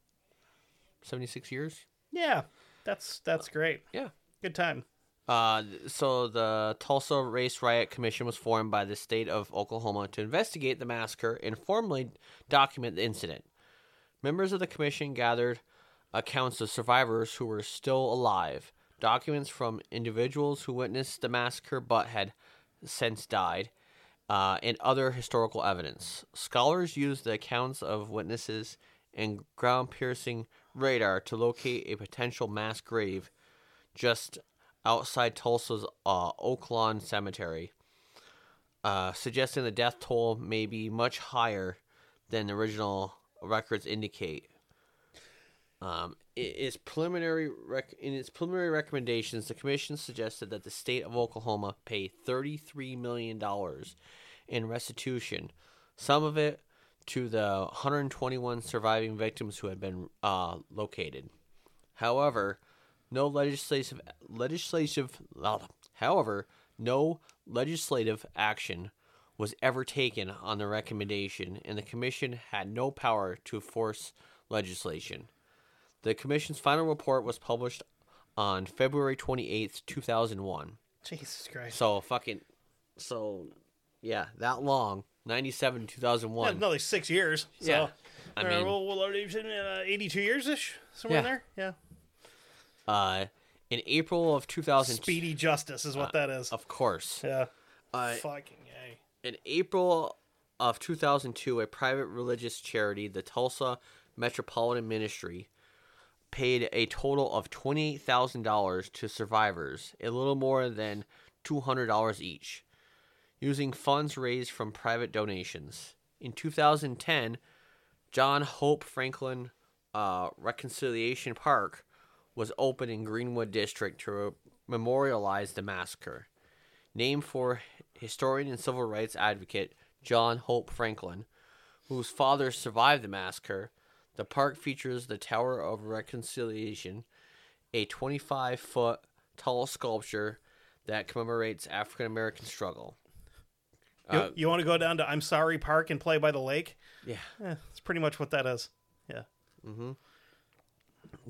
Speaker 3: 76 years.
Speaker 2: Yeah. That's that's great.
Speaker 3: Yeah.
Speaker 2: Good time.
Speaker 3: Uh, th- so the Tulsa Race Riot Commission was formed by the state of Oklahoma to investigate the massacre and formally document the incident. Members of the commission gathered accounts of survivors who were still alive, documents from individuals who witnessed the massacre but had since died, uh, and other historical evidence. Scholars used the accounts of witnesses and ground piercing radar to locate a potential mass grave just outside Tulsa's uh, Oak Lawn Cemetery, uh, suggesting the death toll may be much higher than the original records indicate. Um, it is preliminary rec- in its preliminary recommendations, the commission suggested that the state of Oklahoma pay $33 million in restitution, some of it to the 121 surviving victims who had been uh, located. However, no legislative legislative however, no legislative action was ever taken on the recommendation and the commission had no power to force legislation. The commission's final report was published on February 28th, 2001.
Speaker 2: Jesus Christ.
Speaker 3: So fucking so yeah, that long, 97 2001.
Speaker 2: Another six years. So.
Speaker 3: Yeah. I
Speaker 2: I mean,
Speaker 3: mean-
Speaker 2: well, well, uh, 82 years ish, somewhere in
Speaker 3: Yeah.
Speaker 2: there. Yeah.
Speaker 3: Uh, in April of 2000,
Speaker 2: Speedy justice is what that is.
Speaker 3: of course.
Speaker 2: yeah.
Speaker 3: Uh,
Speaker 2: Fucking A.
Speaker 3: in April of 2002, a private religious charity, the Tulsa Metropolitan Ministry, paid a total of $28,000 to survivors, a little more than $200 each, using funds raised from private donations. In 2010, John Hope Franklin uh, Reconciliation Park was opened in Greenwood District to memorialize the massacre named for historian and civil rights advocate John Hope Franklin, whose father survived the massacre. The park features the Tower of Reconciliation, a 25 foot tall sculpture that commemorates African American struggle. Uh,
Speaker 2: You, you want to go down to I'm Sorry Park and play by the lake?
Speaker 3: Yeah.
Speaker 2: Yeah, that's pretty much what that is. Yeah.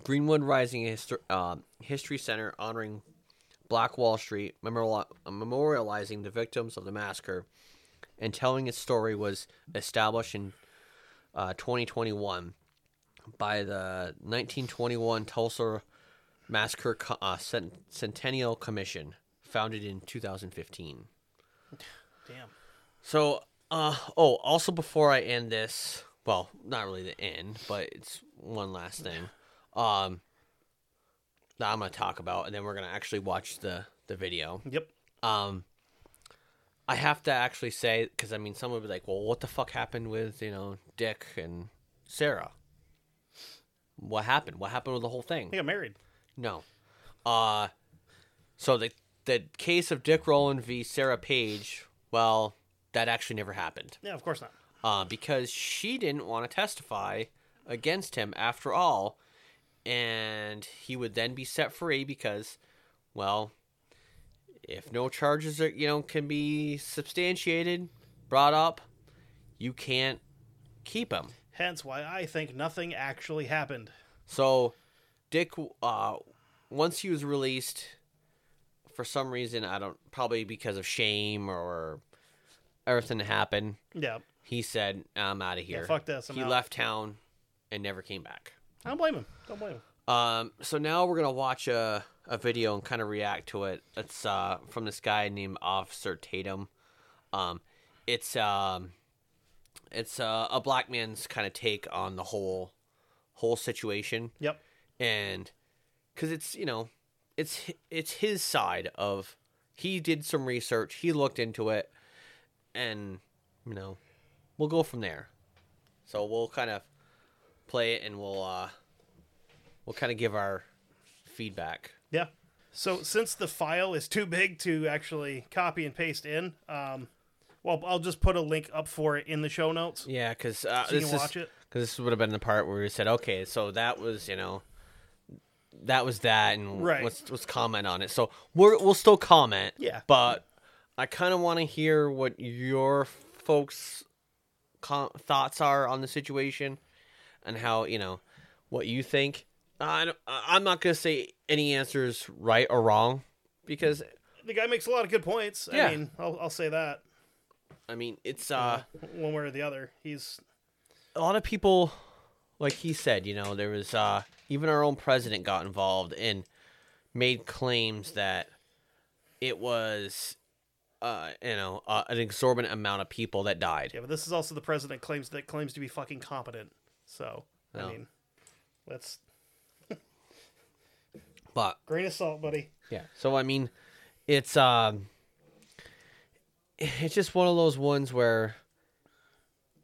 Speaker 3: Greenwood Rising Histo- uh, History Center honoring Black Wall Street, memorial- memorializing the victims of the massacre and telling its story, was established in uh, 2021 by the 1921 Tulsa Massacre Co- uh, Cent- Centennial Commission, founded in 2015.
Speaker 2: Damn.
Speaker 3: So, uh, oh, also before I end this, well, not really the end, but it's one last thing. Um, that I'm gonna talk about, and then we're gonna actually watch the the video.
Speaker 2: Yep.
Speaker 3: Um, I have to actually say because I mean, someone would be like, "Well, what the fuck happened with you know Dick and Sarah? What happened? What happened with the whole thing?"
Speaker 2: They got married.
Speaker 3: No. Uh so the the case of Dick Rowland v. Sarah Page, well, that actually never happened.
Speaker 2: Yeah, of course not.
Speaker 3: Uh, because she didn't want to testify against him after all, and he would then be set free because, well, if no charges are you know can be substantiated, brought up, you can't keep him.
Speaker 2: Hence why I think nothing actually happened.
Speaker 3: So, Dick, uh, once he was released, for some reason, I don't, probably because of shame or everything that happened,
Speaker 2: Yeah.
Speaker 3: he said, I'm out of here.
Speaker 2: fuck this, I'm
Speaker 3: he
Speaker 2: out.
Speaker 3: left town and never came back.
Speaker 2: I don't blame him. Don't blame him.
Speaker 3: Um, so now we're going to watch a, a video and kind of react to it. It's uh, from this guy named Officer Tatum. Um, it's um, it's uh, a black man's kind of take on the whole whole situation
Speaker 2: Yep.
Speaker 3: and because it's you know it's hi- it's his side of he did some research he looked into it and you know we'll go from there so we'll kind of play it and we'll uh we'll kind of give our feedback
Speaker 2: Yeah. So since the file is too big to actually copy and paste in, um, well, I'll just put a link up for it in the show notes.
Speaker 3: yeah because uh,
Speaker 2: you
Speaker 3: this
Speaker 2: can
Speaker 3: is
Speaker 2: watch it?
Speaker 3: because this would have been the part where we said okay so that was you know that was that and
Speaker 2: Right.
Speaker 3: let's let's comment on it so we're, we'll still comment
Speaker 2: Yeah.
Speaker 3: but i kind of want to hear what your folks com- thoughts are on the situation and how you know what you think I don't, I- i'm not gonna say any answers right or wrong because
Speaker 2: The guy makes a lot of good points.
Speaker 3: Yeah.
Speaker 2: I mean, I'll, I'll say that
Speaker 3: i mean it's uh
Speaker 2: one way or the other. He's
Speaker 3: a lot of people like he said, you know, there was uh, even our own president got involved and made claims that it was, uh, you know, uh, an exorbitant amount of people that died.
Speaker 2: Yeah, but this is also the president claims that claims to be fucking competent. So I
Speaker 3: No.
Speaker 2: mean, let's
Speaker 3: But
Speaker 2: grain of salt, buddy.
Speaker 3: yeah, so I mean, it's um, it's just one of those ones where,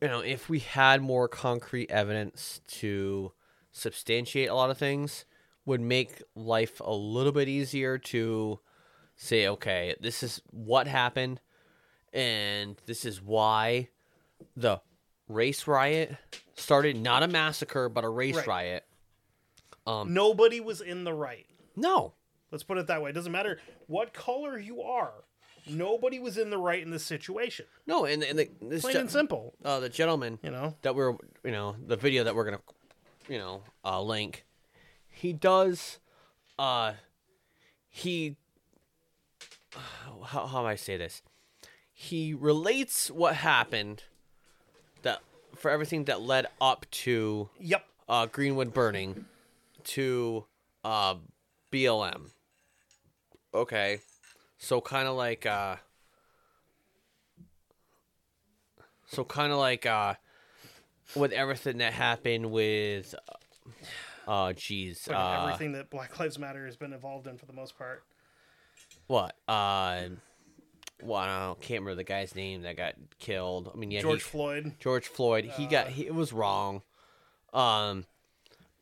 Speaker 3: you know, if we had more concrete evidence to substantiate a lot of things, would make life a little bit easier to say, okay, this is what happened, and this is why the race riot started not a massacre but a race
Speaker 2: Right.
Speaker 3: riot. Um,
Speaker 2: Nobody was in the right.
Speaker 3: No,
Speaker 2: Let's put it that way. It doesn't matter what color you are. Nobody was in the right in this situation.
Speaker 3: no, and, and the, this
Speaker 2: Plain
Speaker 3: ju-
Speaker 2: and simple.
Speaker 3: uh, the gentleman
Speaker 2: You know.
Speaker 3: that we're you know the video that we're gonna you know uh, link he does uh he (sighs) how, how do i say this he relates what happened that for everything that led up to
Speaker 2: Yep.
Speaker 3: uh greenwood burning to uh blm okay so kind of like uh so kind of like uh with everything that happened with uh jeez
Speaker 2: Like
Speaker 3: uh
Speaker 2: everything that Black Lives Matter has been involved in for the most part.
Speaker 3: what uh well, I don't- can't remember the guy's name that got killed. I mean, yeah,
Speaker 2: George
Speaker 3: he,
Speaker 2: Floyd.
Speaker 3: George Floyd. He got he, it was wrong. Um,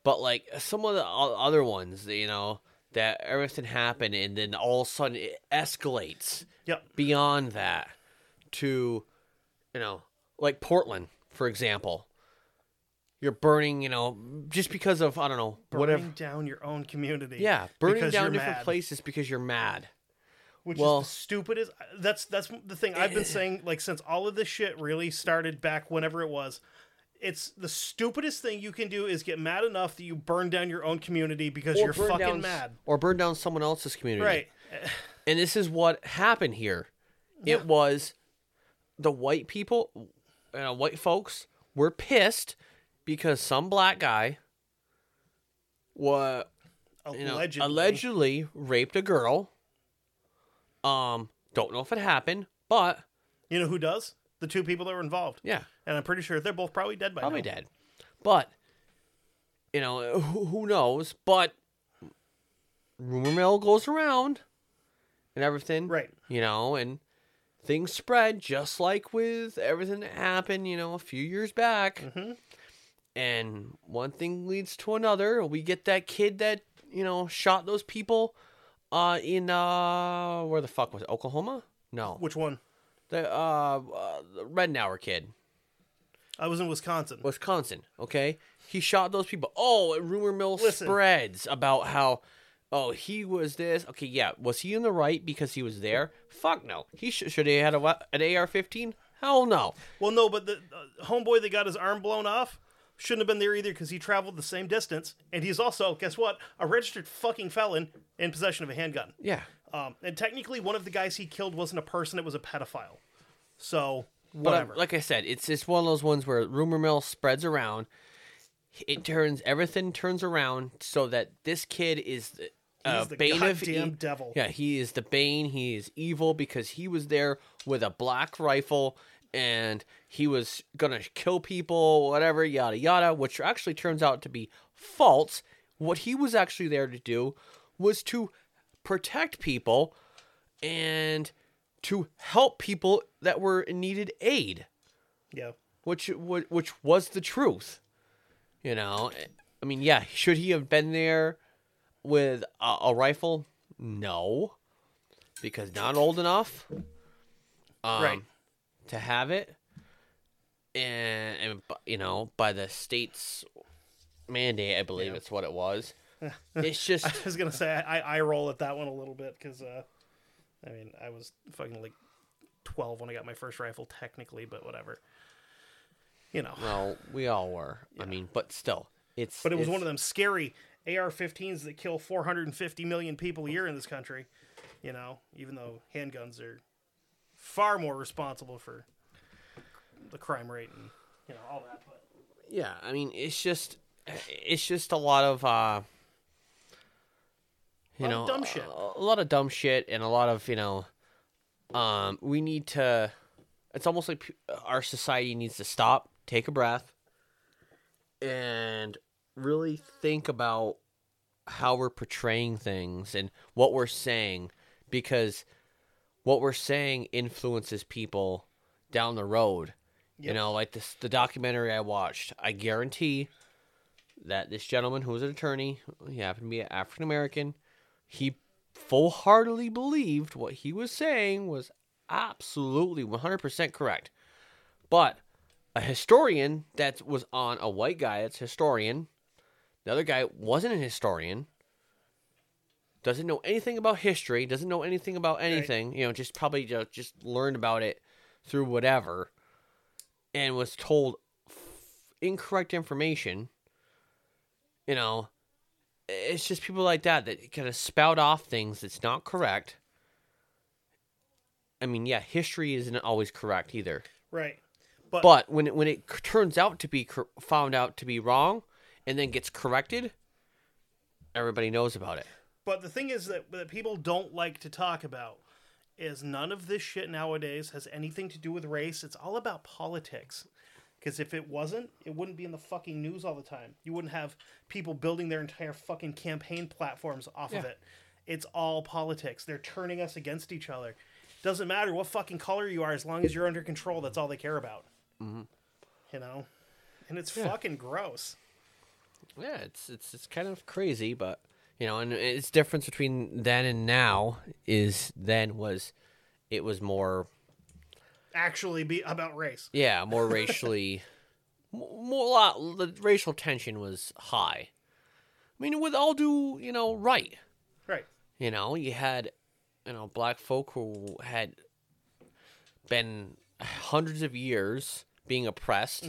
Speaker 3: but like some of the o- other ones, you know, that everything happened and then all of a sudden it escalates
Speaker 2: Yep.
Speaker 3: beyond that to, you know, like Portland for example. You're burning, you know, just because of I don't know
Speaker 2: Burning
Speaker 3: whatever.
Speaker 2: down your own community.
Speaker 3: Yeah, burning
Speaker 2: because
Speaker 3: down
Speaker 2: you're
Speaker 3: different
Speaker 2: mad.
Speaker 3: places because you're mad.
Speaker 2: which
Speaker 3: Well-
Speaker 2: is the stupidest. That's that's the thing I've been saying like since all of this shit really started back whenever it was. It's the stupidest thing you can do is get mad enough that you burn down your own community because you're
Speaker 3: burn
Speaker 2: fucking
Speaker 3: down s-
Speaker 2: mad.
Speaker 3: Or burn down someone else's community.
Speaker 2: Right.
Speaker 3: And this is what happened here. It was the white people, you know, white folks were pissed because some black guy was you know,
Speaker 2: Allegedly.
Speaker 3: allegedly raped a girl. Um, don't know if it happened, but
Speaker 2: You know who does? The two people that were involved.
Speaker 3: yeah,
Speaker 2: And I'm pretty sure they're both probably dead by
Speaker 3: probably
Speaker 2: now.
Speaker 3: dead. But you know, who, who knows? But rumor mill goes around and everything.
Speaker 2: Right.
Speaker 3: you know, and things spread just like with everything that happened, you know, a few years back.
Speaker 2: Mhm.
Speaker 3: And one thing leads to another. We get that kid that you know shot those people, uh, in uh, where the fuck was it? Oklahoma? No,
Speaker 2: Which one?
Speaker 3: the uh, uh the Reddenauer kid,
Speaker 2: I was in Wisconsin.
Speaker 3: Wisconsin. Okay, he shot those people. Oh, and rumor mill
Speaker 2: Listen.
Speaker 3: spreads about how. Oh, he was this. Okay, yeah. Was he in the right because he was there? Fuck no. He sh- should he had a wea- an AR-15? Hell no.
Speaker 2: Well, no, but the uh, homeboy that got his arm blown off shouldn't have been there either because he traveled the same distance, and he's also, guess what, a registered fucking felon in possession of a handgun.
Speaker 3: Yeah.
Speaker 2: Um, and technically, one of the guys he killed wasn't a person; it was a pedophile. So
Speaker 3: But uh,
Speaker 2: whatever.
Speaker 3: like I said, it's it's one of those ones where rumor mill spreads around. It turns everything turns around so that this kid is the, uh,
Speaker 2: the
Speaker 3: bane of
Speaker 2: goddamn
Speaker 3: e-
Speaker 2: devil.
Speaker 3: Yeah, he is the bane. He is evil because he was there with a black rifle and he was gonna kill people, whatever, yada yada. Which actually turns out to be false. What he was actually there to do was to protect people and to help people that were needed aid
Speaker 2: yeah,
Speaker 3: which wa- which was the truth. You know, I mean, yeah, should he have been there with a, a rifle? No, because not old enough um,
Speaker 2: Right. (laughs)
Speaker 3: to have it, and, and bu- you know, by the state's mandate, I believe it's what
Speaker 2: (laughs)
Speaker 3: it was. it's just
Speaker 2: I was gonna say I, I roll at that one a little bit because, uh, I mean, I was fucking like twelve when I got my first rifle, technically, but whatever. You know,
Speaker 3: well, we all were. I mean, but still, it's
Speaker 2: but it was
Speaker 3: it's-
Speaker 2: one of them scary AR-15s that kill 450 million people a year in this country. You know, even though handguns are far more responsible for the crime rate and you know all that, but.
Speaker 3: yeah i mean it's just it's just a lot of uh you
Speaker 2: Lot
Speaker 3: know
Speaker 2: of dumb shit.
Speaker 3: a lot of dumb shit and a lot of you know um we need to it's almost like p- our society needs to stop take a breath and really think about how we're portraying things and what we're saying because what we're saying influences people down the road you
Speaker 2: Yep.
Speaker 3: know like this the documentary i watched i guarantee that this gentleman who was an attorney he happened to be african american he full-heartedly believed what he was saying was absolutely 100% correct but a historian that was on a white guy that's historian the other guy wasn't a historian doesn't know anything about history doesn't know anything about anything you know just probably ju- just learned about it through whatever and was told f- incorrect information you know it's just people like that that kind of spout off things that's not correct i mean yeah history isn't always correct either
Speaker 2: Right. But,
Speaker 3: but when it, when it c- turns out to be cor- found out to be wrong and then gets corrected everybody knows about it
Speaker 2: But the thing is that, that people don't like to talk about is none of this shit nowadays has anything to do with race. It's all about politics. Because if it wasn't, it wouldn't be in the fucking news all the time. You wouldn't have people building their entire fucking campaign platforms off of it. It's all politics. They're turning us against each other. Doesn't matter what fucking color you are, as long as you're under control, that's all they care about. You know? And it's fucking gross.
Speaker 3: yeah it's it's it's kind of crazy but you know and it's difference between then and now is then was it was more
Speaker 2: Actually, be about race.
Speaker 3: Yeah, more racially, (laughs) m- more lot. The racial tension was high. I mean, with all due, you know, right?
Speaker 2: Right.
Speaker 3: You know, you had, you know, black folk who had been hundreds of years being oppressed.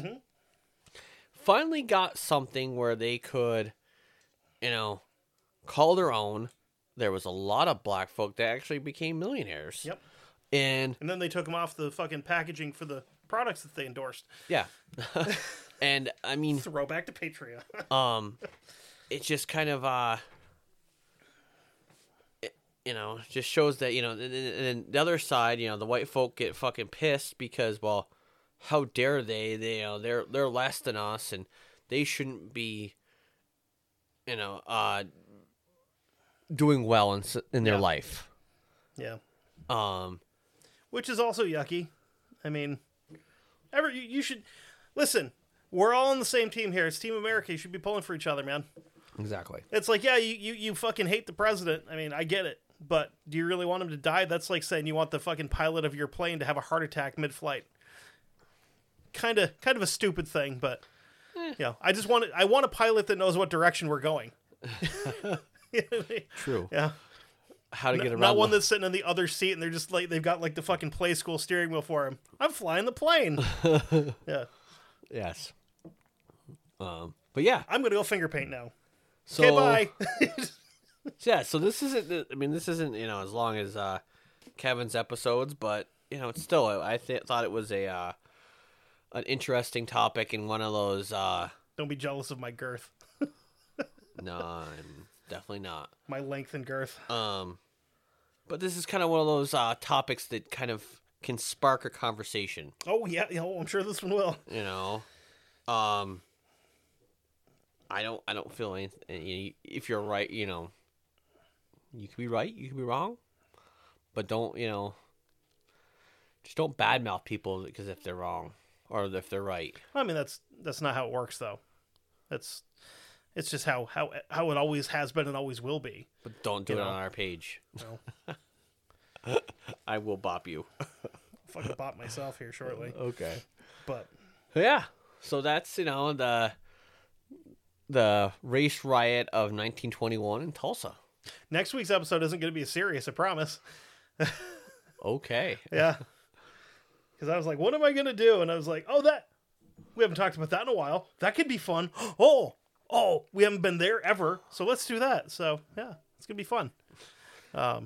Speaker 3: Finally, got something where they could, you know, call their own. There was a lot of black folk that actually became millionaires.
Speaker 2: Yep.
Speaker 3: And
Speaker 2: And then they took them off the fucking packaging for the products that they endorsed.
Speaker 3: yeah, (laughs) and I
Speaker 2: (laughs)
Speaker 3: mean,
Speaker 2: Throwback to Patreon. (laughs)
Speaker 3: um it just kind of uh it- you know just shows that you know and, and- and then the other side you know the white folk get fucking pissed because well how dare they they you know they're they're less than us and they shouldn't be you know uh doing well in s- in their
Speaker 2: Yeah.
Speaker 3: life
Speaker 2: yeah.
Speaker 3: um
Speaker 2: Which is also yucky. I mean, ever you, you should listen. We're all on the same team here. It's Team America. You should be pulling for each other, man.
Speaker 3: exactly
Speaker 2: It's like, yeah, you, you, you fucking hate the president. I mean, I get it. But do you really want him to die? That's like saying you want the fucking pilot of your plane to have a heart attack mid flight. Kinda kind of a stupid thing, but you know, I just want I want a pilot that knows what direction we're going. (laughs)
Speaker 3: true
Speaker 2: Yeah.
Speaker 3: how to get around
Speaker 2: Not one
Speaker 3: the-
Speaker 2: that's sitting in the other seat and they're just like they've got like the fucking play school steering wheel for him. I'm flying the
Speaker 3: (laughs)
Speaker 2: plane. yeah.
Speaker 3: yes um but yeah
Speaker 2: I'm gonna go finger paint now.
Speaker 3: so
Speaker 2: Okay, bye. (laughs)
Speaker 3: Yeah, so this isn't. I mean, this isn't you know as long as uh, Kevin's episodes, but you know it's still. I th- thought it was a uh, an interesting topic and one of those. Uh,
Speaker 2: Don't be jealous of my girth.
Speaker 3: no, I'm definitely not.
Speaker 2: My length and girth.
Speaker 3: Um, but this is kind of one of those uh, topics that kind of can spark a conversation.
Speaker 2: Oh yeah, yeah, oh, I'm sure this one will.
Speaker 3: You know, um, I don't. I don't feel anything. If you're right, you know, you could be right. You could be wrong. but don't you know just don't badmouth people because if they're wrong or if they're right
Speaker 2: I mean, that's that's not how it works, though. That's it's just how how how it always has been and always will be.
Speaker 3: but don't do
Speaker 2: You
Speaker 3: it
Speaker 2: know.
Speaker 3: on our page
Speaker 2: No.
Speaker 3: i will bop you
Speaker 2: fucking bop myself here shortly,
Speaker 3: okay
Speaker 2: but
Speaker 3: (laughs) yeah so that's you know the the race riot of 1921 in tulsa
Speaker 2: next week's episode isn't going to be serious. I promise.
Speaker 3: okay
Speaker 2: Yeah, because I was like, what am I going to do? And I was like, oh, that we haven't talked about that in a while. That could be fun. (gasps) Oh, oh, we haven't been there ever, so let's do that. So yeah, it's gonna be fun.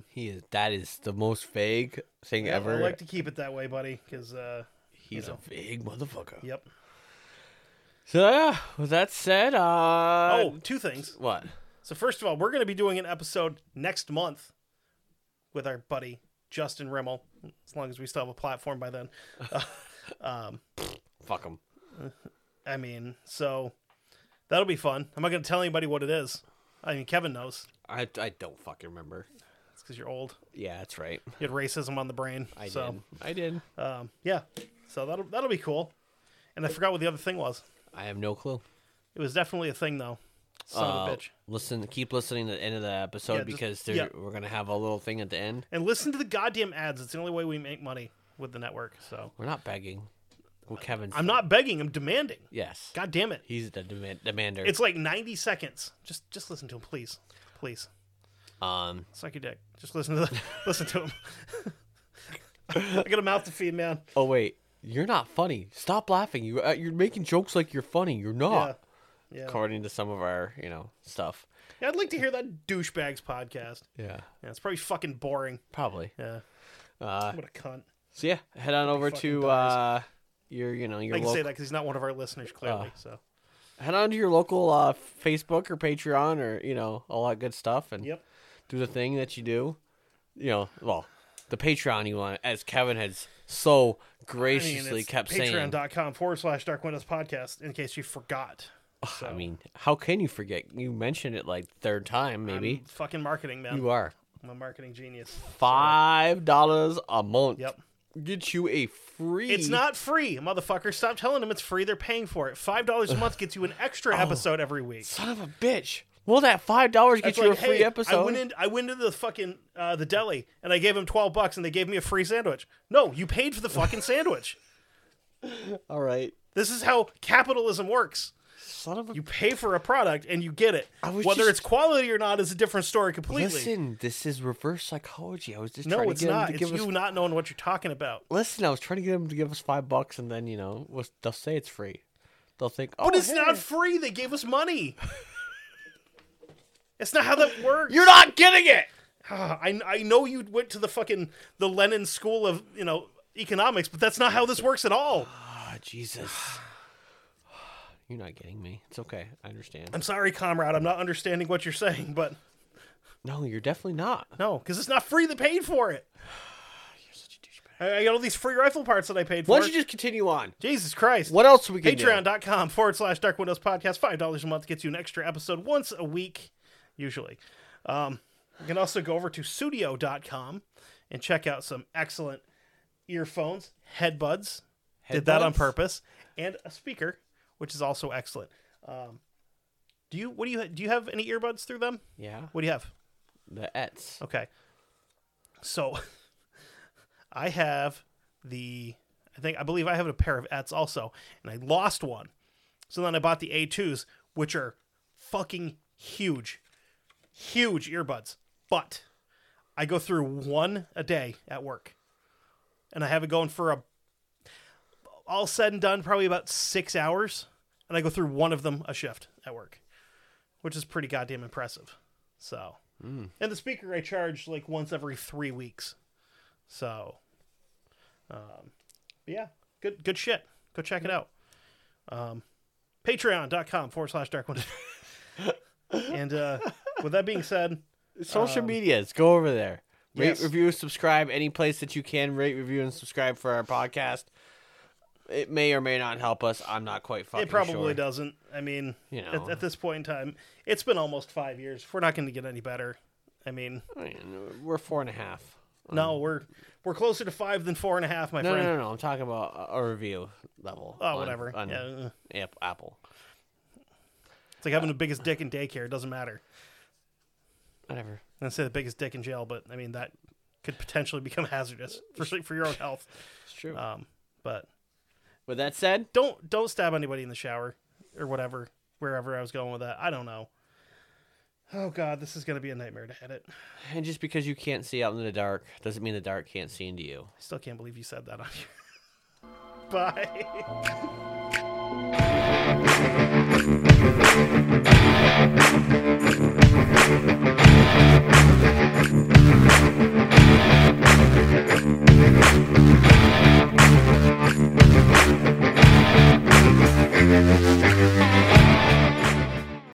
Speaker 3: he is that is the most vague thing ever
Speaker 2: I like to keep it that way, buddy, because uh,
Speaker 3: he's a vague motherfucker
Speaker 2: yep.
Speaker 3: So yeah, with that said, uh,
Speaker 2: Oh, two things.
Speaker 3: what?
Speaker 2: So first of all, we're going to be doing an episode next month with our buddy Justin Rimmel, as long as we still have a platform by then.
Speaker 3: Fuck him.
Speaker 2: I mean, so that'll be fun. I'm not going to tell anybody what it is. I mean, Kevin knows.
Speaker 3: I, I don't fucking remember.
Speaker 2: It's because you're old.
Speaker 3: Yeah, that's right.
Speaker 2: You had racism on the brain.
Speaker 3: I
Speaker 2: so
Speaker 3: did. I did.
Speaker 2: um, yeah, so that'll that'll be cool. And I forgot what the other thing was.
Speaker 3: I have no clue.
Speaker 2: It was definitely a thing though. Son of a
Speaker 3: Uh,
Speaker 2: bitch.
Speaker 3: Listen, keep listening to the end of the episode
Speaker 2: Yeah, just-
Speaker 3: because there
Speaker 2: yeah.
Speaker 3: we're gonna have a little thing at the end.
Speaker 2: And listen to the goddamn ads. It's the only way we make money with the network. So
Speaker 3: We're not begging. Well, Kevin.
Speaker 2: I'm not begging. I'm demanding.
Speaker 3: Yes.
Speaker 2: God damn it.
Speaker 3: He's the demand- demander.
Speaker 2: It's like 90 seconds. Just just listen to him, please, please.
Speaker 3: um.
Speaker 2: Suck your dick. Just listen to the, (laughs) listen to him. I got a mouth to feed, man.
Speaker 3: Oh wait, you're not funny. Stop laughing. You uh, you're making jokes like you're funny. You're not.
Speaker 2: Yeah. Yeah.
Speaker 3: According to some of our you know stuff.
Speaker 2: yeah, I'd like to hear that douchebags podcast.
Speaker 3: Yeah.
Speaker 2: Yeah, it's probably fucking boring.
Speaker 3: Probably.
Speaker 2: Yeah,
Speaker 3: Uh.
Speaker 2: what a cunt.
Speaker 3: So yeah, head on over
Speaker 2: fucking
Speaker 3: to uh your you know your
Speaker 2: I can say
Speaker 3: local
Speaker 2: that because he's not one of our listeners, clearly.
Speaker 3: Uh,
Speaker 2: so
Speaker 3: head on to your local uh Facebook or Patreon or you know all that good stuff and
Speaker 2: yep,
Speaker 3: do the thing that you do. You know, well, the Patreon you want, as Kevin has so graciously
Speaker 2: it's
Speaker 3: kept saying.
Speaker 2: Patreon.com forward slash Dark Windows podcast. In case you forgot, so,
Speaker 3: I mean, how can you forget? You mentioned it like third time, maybe.
Speaker 2: I'm fucking marketing, man.
Speaker 3: you are
Speaker 2: I'm a marketing genius.
Speaker 3: five dollars a month.
Speaker 2: Yep.
Speaker 3: Get you a free.
Speaker 2: It's not free, motherfucker. Stop telling them it's free. They're paying for it. Five dollars a month gets you an
Speaker 3: Oh.
Speaker 2: extra episode every week.
Speaker 3: son of a bitch. Will that five dollars get
Speaker 2: It's
Speaker 3: you
Speaker 2: like,
Speaker 3: a free
Speaker 2: hey,
Speaker 3: episode?
Speaker 2: I went in. I went into the fucking uh, the deli and I gave him twelve bucks and they gave me a free sandwich. No, you paid for the
Speaker 3: (laughs)
Speaker 2: fucking sandwich.
Speaker 3: All right.
Speaker 2: This is how capitalism works.
Speaker 3: Son of a.
Speaker 2: You pay for a product and you get it.
Speaker 3: I was
Speaker 2: Whether
Speaker 3: just-
Speaker 2: it's quality or not is a different story completely.
Speaker 3: Listen, this is reverse psychology. I was just trying
Speaker 2: no,
Speaker 3: to
Speaker 2: it's
Speaker 3: get him
Speaker 2: not.
Speaker 3: to
Speaker 2: It's
Speaker 3: give us
Speaker 2: you not knowing what you're talking about.
Speaker 3: Listen, I was trying to get them to give us five bucks, and then you know, was, they'll say it's free. They'll think, "Oh,
Speaker 2: But it's
Speaker 3: hey,
Speaker 2: not free. They gave us
Speaker 3: (laughs)
Speaker 2: money. it's not how that works.
Speaker 3: You're not getting it."
Speaker 2: Ah, I, I know you went to the fucking the Lenin School of you know economics, but that's not how this works at all.
Speaker 3: Ah, Jesus. (sighs) You're not getting me. It's okay. I understand.
Speaker 2: I'm sorry, comrade. I'm not understanding what you're saying, but
Speaker 3: No, you're definitely not.
Speaker 2: no, because it's not free. They paid for it. (sighs) I, I got all these free rifle parts that I paid for.
Speaker 3: Why don't you just continue on?
Speaker 2: Jesus Christ.
Speaker 3: What else we can do?
Speaker 2: Patreon.com forward slash Dark Windows Podcast. $5 a month gets you an extra episode once a week, usually. Um, you can also go over to studio.com and check out some excellent earphones, headbuds. Did that on
Speaker 3: Headbuds?
Speaker 2: purpose. And a speaker, which is also excellent. Um, do you what do you do you have any earbuds through them?
Speaker 3: Yeah,
Speaker 2: What do you have?
Speaker 3: the Ets.
Speaker 2: Okay. So (laughs) I have the I think I believe I have a pair of Ets also, and I lost one. So then I bought the A2s, which are fucking huge. Huge earbuds. But I go through one a day at work. And I have it going for a all said and done, probably about six hours. And I go through one of them a shift at work. Which is pretty goddamn impressive. So and the speaker I charge like once every three weeks. So, um, but yeah, good good shit. Go check it out. Um, Patreon.com forward slash dark window. (laughs) and uh, with that being said,
Speaker 3: Social medias. Um, Go over there. Rate,
Speaker 2: yes.
Speaker 3: review, subscribe. Any place that you can rate, review, and subscribe for our podcast. It may or may not help us. I'm not quite fucking
Speaker 2: it probably
Speaker 3: sure.
Speaker 2: doesn't. I mean,
Speaker 3: You
Speaker 2: at-
Speaker 3: know.
Speaker 2: at, this point in time, it's been almost five years. We're not going to get any better. I mean,
Speaker 3: I mean, Uh, We're four and a half.
Speaker 2: no, we're we're closer to five than four and a half, my
Speaker 3: Hmm. No, no,
Speaker 2: friend.
Speaker 3: no, no. I'm talking about a a review level.
Speaker 2: Oh,
Speaker 3: on-
Speaker 2: whatever.
Speaker 3: On
Speaker 2: Yeah.
Speaker 3: Ap- Apple.
Speaker 2: It's like having the biggest dick in daycare. It doesn't matter.
Speaker 3: Whatever.
Speaker 2: I say the biggest dick in jail, but I mean that could potentially become hazardous for for your own health.
Speaker 3: It's true.
Speaker 2: Um, but
Speaker 3: Uh, With that said,
Speaker 2: don't don't stab anybody in the shower or whatever. Wherever I was going with that, I don't know. Oh God, this is gonna be a nightmare to edit. I
Speaker 3: and just because you can't see out in the dark doesn't mean the dark can't see into you.
Speaker 2: still can't believe you said that on here. (laughs) Bye.